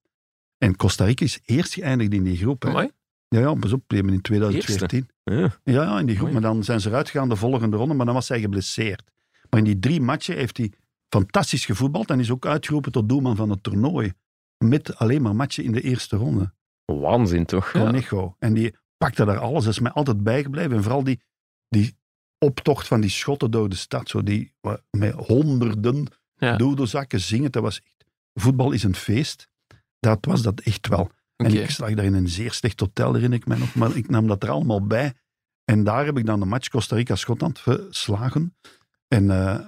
En Costa Rica is eerst geëindigd in die groep. hè.
Mooi.
Ja, ja, pas op, die hebben in 2014.
Ja.
Ja, ja, in die groep.
Mooi.
Maar dan zijn ze eruit gegaan de volgende ronde, maar dan was hij geblesseerd. Maar in die drie matchen heeft hij fantastisch gevoetbald en is ook uitgeroepen tot doelman van het toernooi. Met alleen maar matchen in de eerste ronde.
Mm. Waanzin, toch?
Conejo. En die pakte daar alles. Dat is mij altijd bijgebleven. En vooral die, die optocht van die schotten door de stad. Zo die, eh, met honderden
Ja.
doedelzakken zingen. Dat was echt, voetbal is een feest. Dat was dat echt wel.
Oké.
En ik lag daar in een zeer slecht hotel, herinner ik me nog. Maar ik nam dat er allemaal bij. En daar heb ik dan de match Costa Rica-Schotland verslagen. En eh,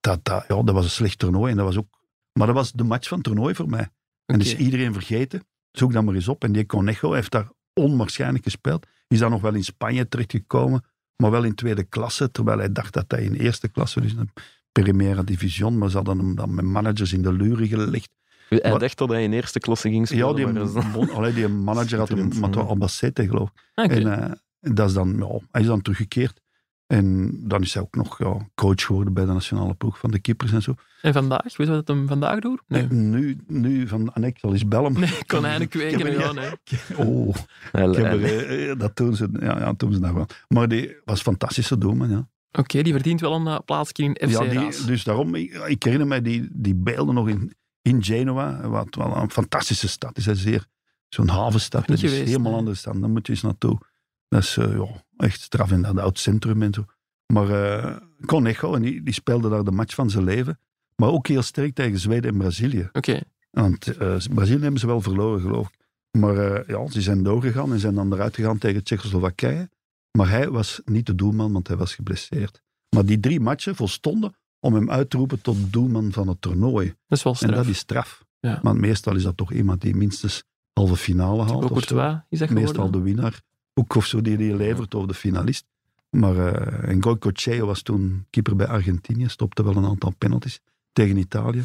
dat, dat, ja, dat was een slecht toernooi. En dat was ook, maar dat was de match van het toernooi voor mij. En
Oké.
dus iedereen vergeten. Zoek dat maar eens op. En die Conejo heeft daar onwaarschijnlijk gespeeld. Is dan nog wel in Spanje terechtgekomen. Maar wel in tweede klasse. Terwijl hij dacht dat hij in eerste klasse, dus in de Primera Division. Maar ze hadden hem dan met managers in de luren gelegd.
Hij
Wat-
dacht dat hij in eerste klasse ging spelen.
Ja, die,
maar dat is-
bon- allee, die manager had hem
Schitterend,
Mato
ja.
Albacete, geloof ik.
Ah, Oké.
En eh, dat is dan, ja, hij is dan teruggekeerd. En dan is hij ook nog ja, coach geworden bij de nationale ploeg van de keepers en zo.
En vandaag? Weet je wat het hem vandaag doet? Nee.
En Nu, nu van, en ik zal eens bellen.
Nee, ik kon eigenlijk
Ik heb
kweken.
een-
Ja, nee.
Oh.
Hij-
Ik heb er,
hij-
eh, eh, dat doen ze, ja, ja, doen ze nog wel. Maar die was fantastisch te doen, man, ja.
Oké, die verdient wel een eh, plaatsje in FC
ja
Raas.
die, dus daarom, ik, ik herinner mij die, die beelden nog in, in Genua, wat wel een fantastische stad is. hè, zeer Zo'n havenstad,
Niet
dat is
geweest,
helemaal
nee.
anders dan. Daar moet je eens naartoe. Dat is eh, ja, echt straf in dat oud centrum en zo. Maar eh Conejo, en die, die speelde daar de match van zijn leven. Maar ook heel sterk tegen Zweden en Brazilië.
Oké,
Want eh, Brazilië hebben ze wel verloren, geloof ik. Maar eh, ja, ze zijn doorgegaan en zijn dan eruit gegaan tegen Tsjechoslowakije. Maar hij was niet de doelman, want hij was geblesseerd. Maar die drie matchen volstonden om hem uit te roepen tot doelman van het toernooi.
dat is wel
En
straf.
dat is straf.
Ja.
Want meestal is dat toch iemand die minstens halve finale haalt.
Ook
of zo.
Courtois is dat geworden.
Meestal de winnaar. Ook of zo die die levert of de finalist. Maar eh en Goycochea was toen keeper bij Argentinië, stopte wel een aantal penalties tegen Italië.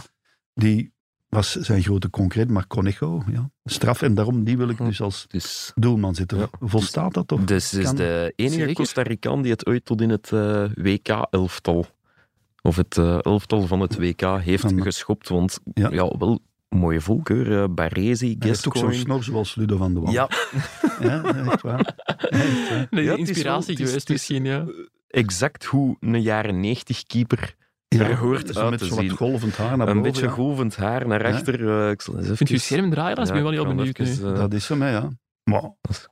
Die was zijn grote concreet, maar Conejo, ja, straf. En daarom die wil ik dus als
Dus,
doelman zitten.
Ja.
Volstaat dat toch?
dus is
Kan-
de enige
Zeker.
Costa Rican die het ooit tot in het eh, WK-elftal, of het eh, elftal van het WK, heeft
Van-
geschopt. Want ja.
Ja.
wel mooie voorkeur. eh, Baresi,
Hij heeft ook zo'n
Guestcoin.
snor zoals Ludo van de Wal.
Ja,
Ja, echt waar.
Nee,
Ja, het is wel- het
inspiratie
is-
geweest
het is-
misschien, ja.
exact hoe een jaren 90 keeper er hoort
zo
uit
met
te
zo dus wat
zien.
golvend haar naar
Een
boven.
beetje
ja.
golvend haar naar
Ja.
achter. eh, ik zal eens
Vindt u
even-
scherm draaien? Dat
Ja,
ik ben wel
ik
heel
ga hem
benieuwd nu.
even, eh,
Dat is hem, hè, ja. Maar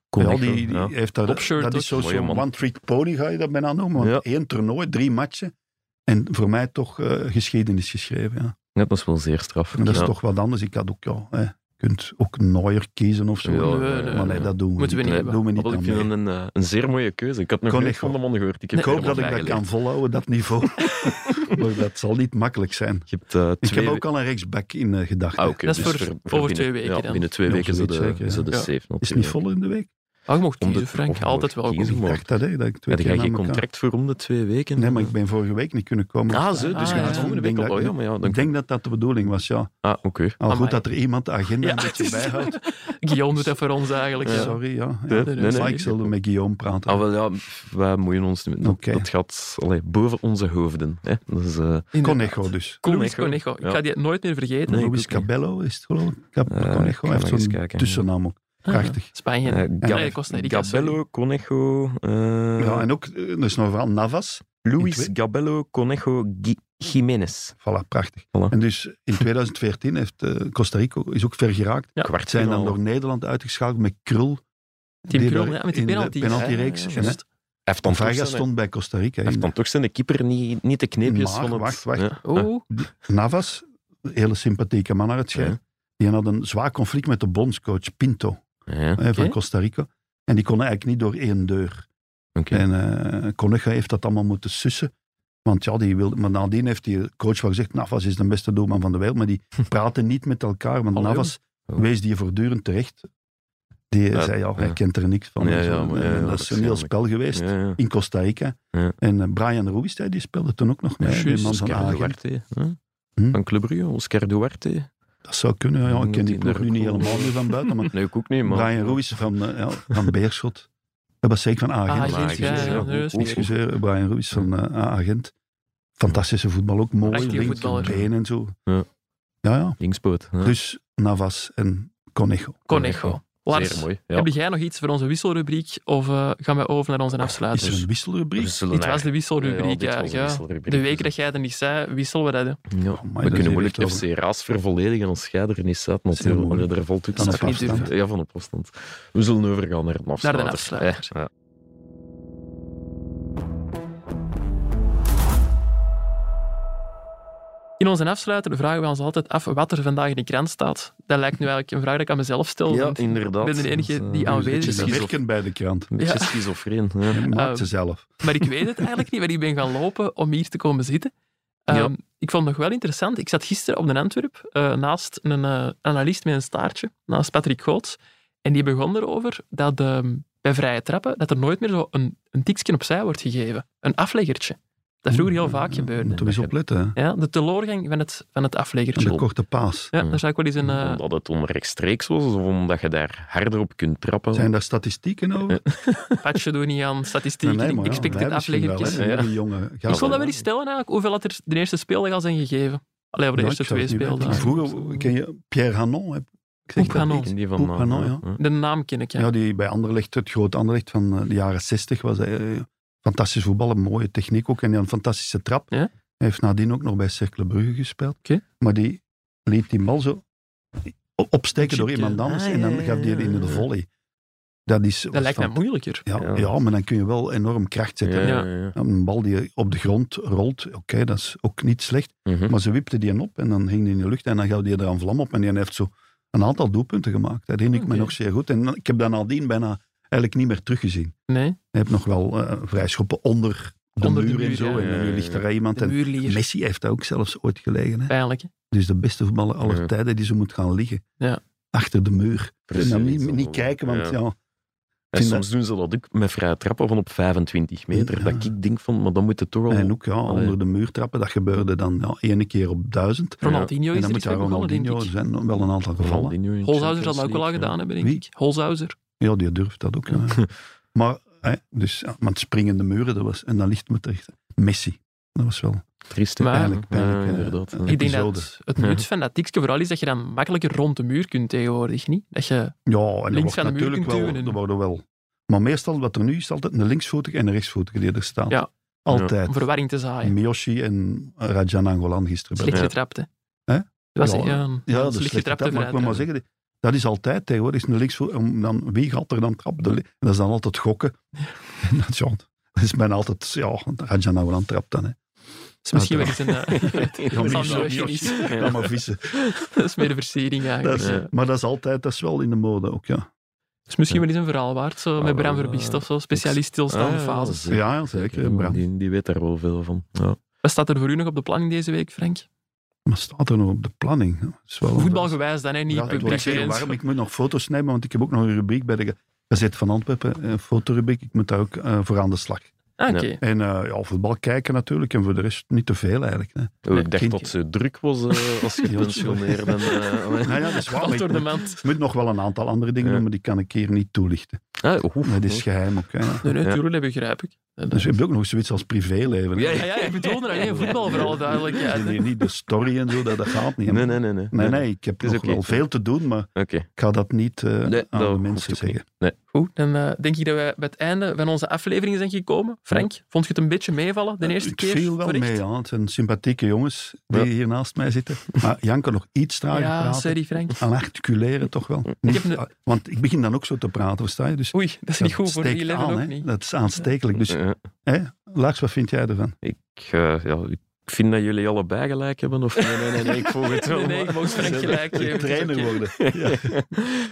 Conejo,
ja, die, die
ja.
heeft daar,
Topshirt
dat
ook.
is zo-
Mooie
zo'n
man.
one-trick pony, ga je dat bijna noemen. Want
Ja.
één toernooi, drie matchen. En voor mij toch eh, geschiedenis geschreven. Ja.
Ja, Dat was wel zeer straf.
En dat
Ja.
is toch wat anders. Ik had ook, ja, hè, je kunt ook Neuer kiezen of zo.
Ja,
nee, nee,
maar nee,
nee.
dat doen we
Moeten we
niet.
niet
Nee,
hebben.
doen we niet
Maar ik
aan
vind
mee.
het een, eh, een zeer mooie keuze. Ik had nog nooit
Conejo.
van de man gehoord. Ik, heb
Ik
er
hoop dat
wat
ik
bij
dat
geleerd.
kan volhouden, dat niveau. maar dat zal niet makkelijk zijn.
Je hebt, eh,
Ik
twee-
heb ook al een rechtsback in eh, gedachten.
Ah, oké,
Dat is
dus
voor- over
binnen-
twee weken
ja,
dan.
binnen twee
Ja,
weken is dat
zoiets
de,
zeker,
is dat de eh,
ja.
safe.
Is het
natuurlijk.
niet vol in de week?
Oh, je mocht
Om de-
kiezen, Frank.
om-
Altijd wel.
kiezen,
Ik
maar-
dacht dat, hè, dat ik twee
Heb
keer
jij
na
geen
elkaar-
contract voor om de twee weken?
Nee, maar ik ben vorige week niet kunnen komen.
Ah, zo, dus
Ah,
je
ja.
gaat volgende
Ik
week
denk
al...
dat-
ja, maar ja, dan...
Ik denk dat dat de bedoeling was, ja.
Ah, oké.
Al
Amai.
goed dat er iemand de agenda
Ja,
een beetje
het is-
bijhoudt.
Guillaume doet dat voor ons eigenlijk. ja.
Sorry, ja. ja.
Nee,
nee,
Maar
nee.
ik zal met Guillaume praten.
Ah, wel ja, wij moeien ons niet... Dat,
Oké.
dat gaat allee, boven onze hoofden. Hè. Dat is... eh,
Inderdaad.
Conejo dus.
Luis
Conejo.
Conejo. Ik
Ja.
ga die nooit meer vergeten.
Nee,
Luis
ik ook niet.
Cabello is het geloof ik. Cap-
Eh, ik
Conejo
ga
hij heeft
nog eens
zo'n
kijken.
tussennaam ook.
Ah,
Prachtig.
Spanje.
eh, Ga-
nee, Costa Rica. sorry.
Gabello, Conejo... eh,
Ja, en ook, eh, dat is nog vooral Navas. in
Luis
twee-
Gabello, Conejo, Gi- Jiménez.
Voilà, prachtig.
Voilà.
En dus in 2014 heeft eh, Costa Rica is ook ver geraakt.
Ja.
Kwart
Zijn dan door Nederland uitgeschakeld met Krul.
Team
Die
Krul,
daar
ja, met die
in de
penalties.
penaltyreeks.
Ja, ja,
En, hè,
Juist.
Heeft dan toch
Vaga
zijn-
stond bij Costa Rica.
heeft dan toch zijn de keeper niet, niet de kneepjes
Maar,
van het...
wacht, wacht.
Ja.
Oh,
Navas, een hele sympathieke man naar het schijnt.
Ja.
Die had een zwaar conflict met de bondscoach Pinto
Ja,
hè, van
Oké.
Costa Rica. En die konden eigenlijk niet door één deur.
oké.
En eh Conega heeft dat allemaal moeten sussen. Want ja, die wilde, maar nadien heeft die coach wel gezegd, Navas is de beste doelman van de wereld, maar die praten niet met elkaar. Want
Hallo.
Navas
Oh.
wees die voortdurend terecht. Die
Ja,
zei, ja, hij
ja.
kent er niks van.
Ja,
en zo.
ja, maar ja,
En
ja,
dat is een heel
waarschijnlijk.
spel geweest
Ja, ja.
in Costa Rica.
Ja.
En eh, Brian Ruiz, hè, die speelde toen ook nog mee. die
Juist,
man van
Oscar
Agen.
Duarte. hè?
Hm?
Van Club Brugge, Oscar Duarte.
Dat zou kunnen. Ja, ik
Moet
ken die
die
ploeg
er
nu niet
komen?
helemaal meer van buiten, maar
Nee, ik ook niet, maar...
Brian Ruiz van, eh, ja, van Beerschot. Dat was zeker van
Ah,
Agent.
Gent,
Maar ik-
ja, ja, nee, dat is niet erg.
Excuseer, Brian Ruiz van eh, Agent. Fantastische voetbal ook. Mooi,
Echt een voetballer.
linkerbeen en zo.
Ja.
ja. ja.
Linkspoot. Ja.
Dus Navas en Conejo.
Conejo. Lars,
Zeer mooi. Ja.
heb jij nog iets voor onze wisselrubriek? Of eh, gaan we over naar
Ah,
onze
Is
afsluiting?
er een wisselrubriek?
Dus we zullen
Dit was de
Ja,
wisselrubriek
dit was de
eigenlijk. ja.
wisselrubriek.
De week dat jij er niet zei, wisselen we dat. hè.
Ja,
Oh, dat
we
is hier
kunnen moeilijk
echt
FC Raas vervolledigen als jij er niet zat.
is heel
Natuurlijk,
moeilijk.
Allee, daar valt ook
Dan
iets
op
niet
afstand.
durven. Ja, van op afstand. We zullen overgaan naar een afsluiter.
afsluiter.
Ja, ja.
In onze afsluiter vragen we ons altijd af wat er vandaag in de krant staat. Dat lijkt nu eigenlijk een vraag die ik aan mezelf stel.
Ja,
want
inderdaad.
Ik ben de enige
Dat is, eh,
die aanwezig
Een
Ze
beetje, schizo-
werken bij de krant.
een beetje
Ja.
schizofreen. Ja.
Je maakt ze
Eh,
zelf.
Maar ik weet het eigenlijk niet, want ik ben gaan lopen om hier te komen zitten. Ehm,
Ja.
Ik vond het nog wel interessant. Ik zat gisteren op de Antwerp eh, naast een eh, analist met een staartje, naast Patrick Goots. En die begon erover dat ehm, bij vrije trappen dat er nooit meer zo een, een tikje opzij wordt gegeven. Een afleggertje. Dat vroeger heel
Mm,
vaak gebeurde.
Moeten we eens opletten. hè.
Ja, de teleurgang van het, van
En
het
de
afleggertje.
korte paas.
Ja, daar zou ik wel eens een... eh,
Omdat het onrechtstreeks was, of omdat je daar harder op kunt trappen.
Zijn daar statistieken over?
Patje doen niet aan statistieken,
Nee, nee, maar ja,
expected
wij misschien wel,
afleggertjes.
hè.
Ja.
Met die jonge gasten.
Ik wil dat wel eens stellen eigenlijk, hoeveel dat er de eerste speeldag al zijn gegeven. Alleen voor de
Ja,
eerste
ik zou
twee
het niet weten.
speeldagen.
Vroeger ken je Pierre Hanon. hè? Ik zeg
Oep,
dat
Hanon.
niet.
En die van...
Oep,
eh,
Hanon, ja.
De naam ken ik, ja.
Ja, die bij Anderlecht, het groot Anderlecht van eh, de jaren 60 was hij eh, fantastisch voetbal, een mooie techniek ook en een fantastische trap.
Ja.
Hij heeft nadien ook nog bij Cercle Brugge gespeeld.
Oké.
Maar die liet die bal zo op- opsteken
Chic,
door
ja.
iemand anders
Ah,
en dan
ja, ja,
gaf die
ja,
die in
ja.
de volley. Dat, is,
dat lijkt mij
me
moeilijker.
ja,
Ja.
ja. maar dan kun je wel enorm kracht zetten.
Ja, ja, ja.
Een bal die op de grond rolt, oké, dat is ook niet slecht.
Mhm.
Maar ze wipte die op en dan hing die in de lucht en dan gaf die er aan vlam op. En die heeft zo een aantal doelpunten gemaakt. Dat herinner ik
Oké.
me nog zeer goed. En ik heb dat nadien bijna eigenlijk niet meer teruggezien.
Nee,
Hij heeft nog wel eh vrijschoppen onder de
Onder de
muur en
muur,
zo.
ja.
En nu ligt er iemand.
de
En
muurlier.
Messi heeft dat ook zelfs ooit gelegen. Hè?
Pijnlijk, hè.
Dus de beste voetballer aller
Ja.
tijden die zo moet gaan liggen.
Ja.
Achter de muur.
Precies.
en dan niet, niet kijken, want ja.
En
vind
soms doen ze dat ook met vrije trappen van op 25 meter.
Ja.
Dat ik denk van, maar dan moet het toch al...
En ook ja, onder de muur trappen, dat gebeurde dan ja, ene keer op duizend.
Ronaldinho
En
is
dan
er
moet
iets
daar
mee begonnen, denk
Ronaldinho
ik.
zijn, wel een aantal gevallen.
Ronaldinho in
Holzhauser zal
Champions
dat ook al
League,
gedaan
ja.
hebben, denk
Wie?
ik. Holzhauser.
Ja, die durft dat ook. ja. maar, hè, dus, ja, maar het springende muren, dat was, en dan ligt me terecht. Messi, dat was wel.
Triest, hè?
Maar-
Pijnlijk, pijnlijk,
Ja,
ja.
inderdaad.
Ik
Ik denk
Episode.
dat het nut van dat tikje vooral is dat je dan makkelijker rond de muur kunt tegenwoordig, niet? Dat je...
Ja, en
Links
er wordt
van de muur
natuurlijk
kunt
wel,
duwen.
er worden wel. Maar meestal, wat er nu is, is altijd een linksvoetige en een rechtsvoetige die er staan.
Ja.
Altijd.
Om verwarring te zaaien.
Miyoshi en Rajan Angolan gisteren.
Slecht
bij-
getrapt, hè.
Hè?
Dat was
Ja,
ja, een
Ja, dat is
slecht
slecht
getrapte
getrapt, maar ik wil maar
vrijtrap.
zeggen, dat is altijd tegenwoordig. Is een linksvoet, en dan, wie gaat er dan trappen? De li- en dat is dan altijd gokken. En dat, ja, dat is bijna altijd, ja, Rajan Angolan trapt dan. Hè.
Dat is misschien wel eens een... eh,
Ja,
dat zal
maar-
niet
ja,
weg
Miyoshi.
zijn.
Ja, maar vissen.
Dat is meer de versiering eigenlijk.
Dat is- Maar dat is altijd, dat is wel in de mode ook, ja.
Dat is misschien wel eens een verhaal waard, zo, met
Ah,
Bram
wel,
Verbiest
eh,
of zo. Specialist stilstaande
Ah,
fases.
zeker.
Ja, ja, zeker, Bram.
Die, die weet daar wel veel van. Ja.
Wat staat er voor u nog op de planning deze week, Frank?
Maar staat er nog op de planning? Dat is wel-
Voetbalgewijs dan, hè? niet
Ja, ik word
publiek
zeer
eens.
warm. Ik moet nog foto's nemen, want ik heb ook nog een rubriek bij de Gazet van Antwerpen. Een fotorubriek. Ik moet daar ook eh, voor aan de slag.
Ah, Oké.
En eh, ja, voetbal kijken natuurlijk. En voor de rest niet te veel eigenlijk. Hè.
Oh, ik dacht
Kind-
dat ze druk was eh, als
Ja,
gepensioneerd. en, eh,
Nou ja, dat is waar.
Valt
maar
door
ik
de
moet,
mand.
ik moet nog wel een aantal andere dingen
Ja.
doen, maar die kan ik hier niet toelichten.
ah, oef.
Dat is geheim ook. Hè.
Nee, nee,
Ja.
tuurlijk, dat begrijp ik. Ah,
Dus je hebt ook nog zoiets als privéleven. hè.
Ja,
Ja, ja, ik bedoel er alleen voetbal voor alle
Dat
duidelijkheid.
is
hè.
hier niet de story en zo, dat, dat gaat niet. hè.
Nee, nee, nee. Nee,
Nee, nee, ik heb
Het is
nog
oké.
wel veel te doen, maar
Oké.
ik ga dat niet eh,
Nee,
aan
dat
de
hoeft
mensen
ook
zeggen.
Goed, dan eh, denk ik dat we bij het einde van onze aflevering zijn gekomen. Frank, vond je het een beetje meevallen de eerste
het
keer?
Eh, viel wel
terecht?
mee, ja. Het zijn sympathieke jongens die
Ja.
hier naast mij zitten. Maar Jan kan nog iets trager
Ja,
praten.
sorry Frank.
aan articuleren toch wel. Niet-
heb een-
Want ik begin dan ook zo te praten, versta je? Dus
Oei, dat is
dat
niet goed voor
steekt
die leven
aan,
ook
hè.
niet.
Dat is aanstekelijk. Dus
Eh,
hè, Lars, wat vind jij ervan?
ik, eh, ja, ik vind dat jullie allebei gelijk hebben. Of nee, nee, nee, nee, ik volg het wel.
Nee, nee, ik
maar-
moest Frank gelijk eh, geven. het is oké.
worden. Ja.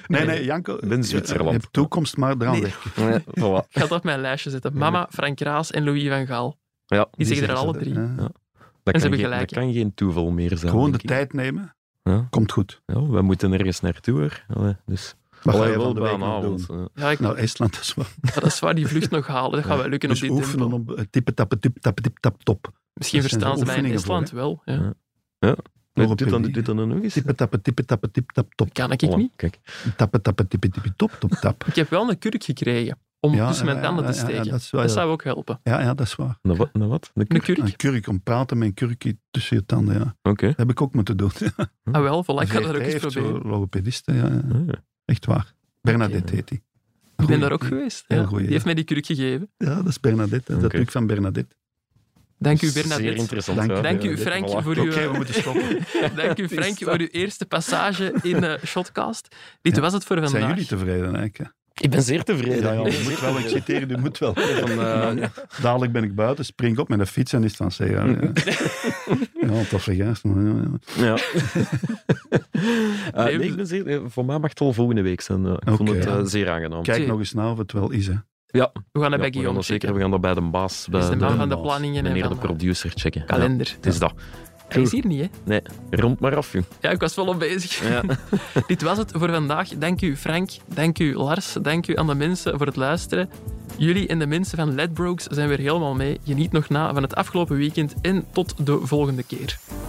Nee, nee, Janko.
ben Zwitserland.
Je hebt toekomst, maar eraan
Nee.
werken.
Ja, voilà.
Ik ga dat op mijn lijstje zetten. Mama, Frank Raas en Louis van Gaal.
Ja,
Die zeggen er
zegt
alle
dat,
drie.
hè.
dat,
hebben
kan geen,
gelijk,
dat kan geen toeval meer zijn.
Gewoon de
denk ik.
tijd nemen.
Ja.
Komt goed.
Ja, we moeten ergens naartoe hoor. Allee, dus.
Wat ga
Allee,
je
wel
van de week nog doen?
vanavond, eh.
Ja, ik,
Nou, Estland dat is wel.
dat is waar die vlucht nog halen. Dat gaat wel lukken
Dus
op dit tempo.
oefenen op eh, tippen, tappen, tip, tappen, tip, tap, top.
Misschien
Dat zijn
verstaan
er
ze mij in
oefeningen voor,
Estland wel. Ja.
Ja.
Nog
Dit
een
dan,
penny.
dit dan nog eens.
Tippe tappe, tippe tappe, tip tap top.
Kan ik, ik
Voilà,
niet.
Kijk.
Tappe tappe, tippe tippe top top tap.
Ik heb wel een kurk gekregen om
Ja,
tussen mijn
ja,
tanden te
ja, ja,
steken.
dat
dat,
is wel-
zou ook helpen.
Ja, ja, dat is waar.
Na wat? Na wat? De
Een
kurk?
kurk?
Een kurk, om praten met een kurkje tussen je tanden, ja. Dat
Oké.
heb ik ook moeten doen.
Ah, wel, voilà, ik ga
VRT
dat ook eens
heeft zo'n
proberen.
logopediste, ja, ja.
Ah, ja.
Echt waar. Bernadette heet die.
Ik ben
Goeie.
daar ook geweest.
Heel
ja.
goeie,
Die
ja.
heeft mij die kurk gegeven.
Ja, dat is Bernadette. hè. Dat
Oké.
truc van Bernadette.
Dank u,
Zeer
Bernadette.
interessant.
Dank
ja,
u.
Dank u,
Bernadette,
Frank,
voilà.
voor
Oké,
uw, eh,
we moeten stoppen.
Dank u, Frank, voor uw eerste passage in eh, Shotcast. Dit
Ja.
was het voor vandaag.
Zijn jullie tevreden eigenlijk? hè?
Ik ben zeer tevreden.
Ja, ja, je moet wel exciteren, je moet wel.
Van, eh,
Dadelijk ben ik buiten, spring op met een fiets en is het van zee. Ja, ja. ja toffe gast. man, ja, ja.
Ja. Eh,
Nee,
nee, ik ben zeer, eh, voor mij mag het al volgende week zijn. eh. Ik vond
Oké.
het eh, zeer aangenaam.
Kijk
Zee.
nog eens na of het wel is. Hè.
Ja,
We gaan
ja,
dat bij
we, gaan
Guillaume
dat zeker,
checken.
we gaan dat bij de baas, bij
Dat is de
de,
man van de
baas.
planningen en
meneer
van
de
de
producer checken. Ja,
kalender.
het is dat.
Hij is hier niet, hè?
Nee, rond maar af, joh.
Ja, ik was wel op bezig.
Ja.
Dit was het voor vandaag. Dank u Frank, dank u Lars, dank u aan de mensen voor het luisteren. Jullie en de mensen van Ledbrokes zijn weer helemaal mee. Geniet nog na van het afgelopen weekend en tot de volgende keer.
eh,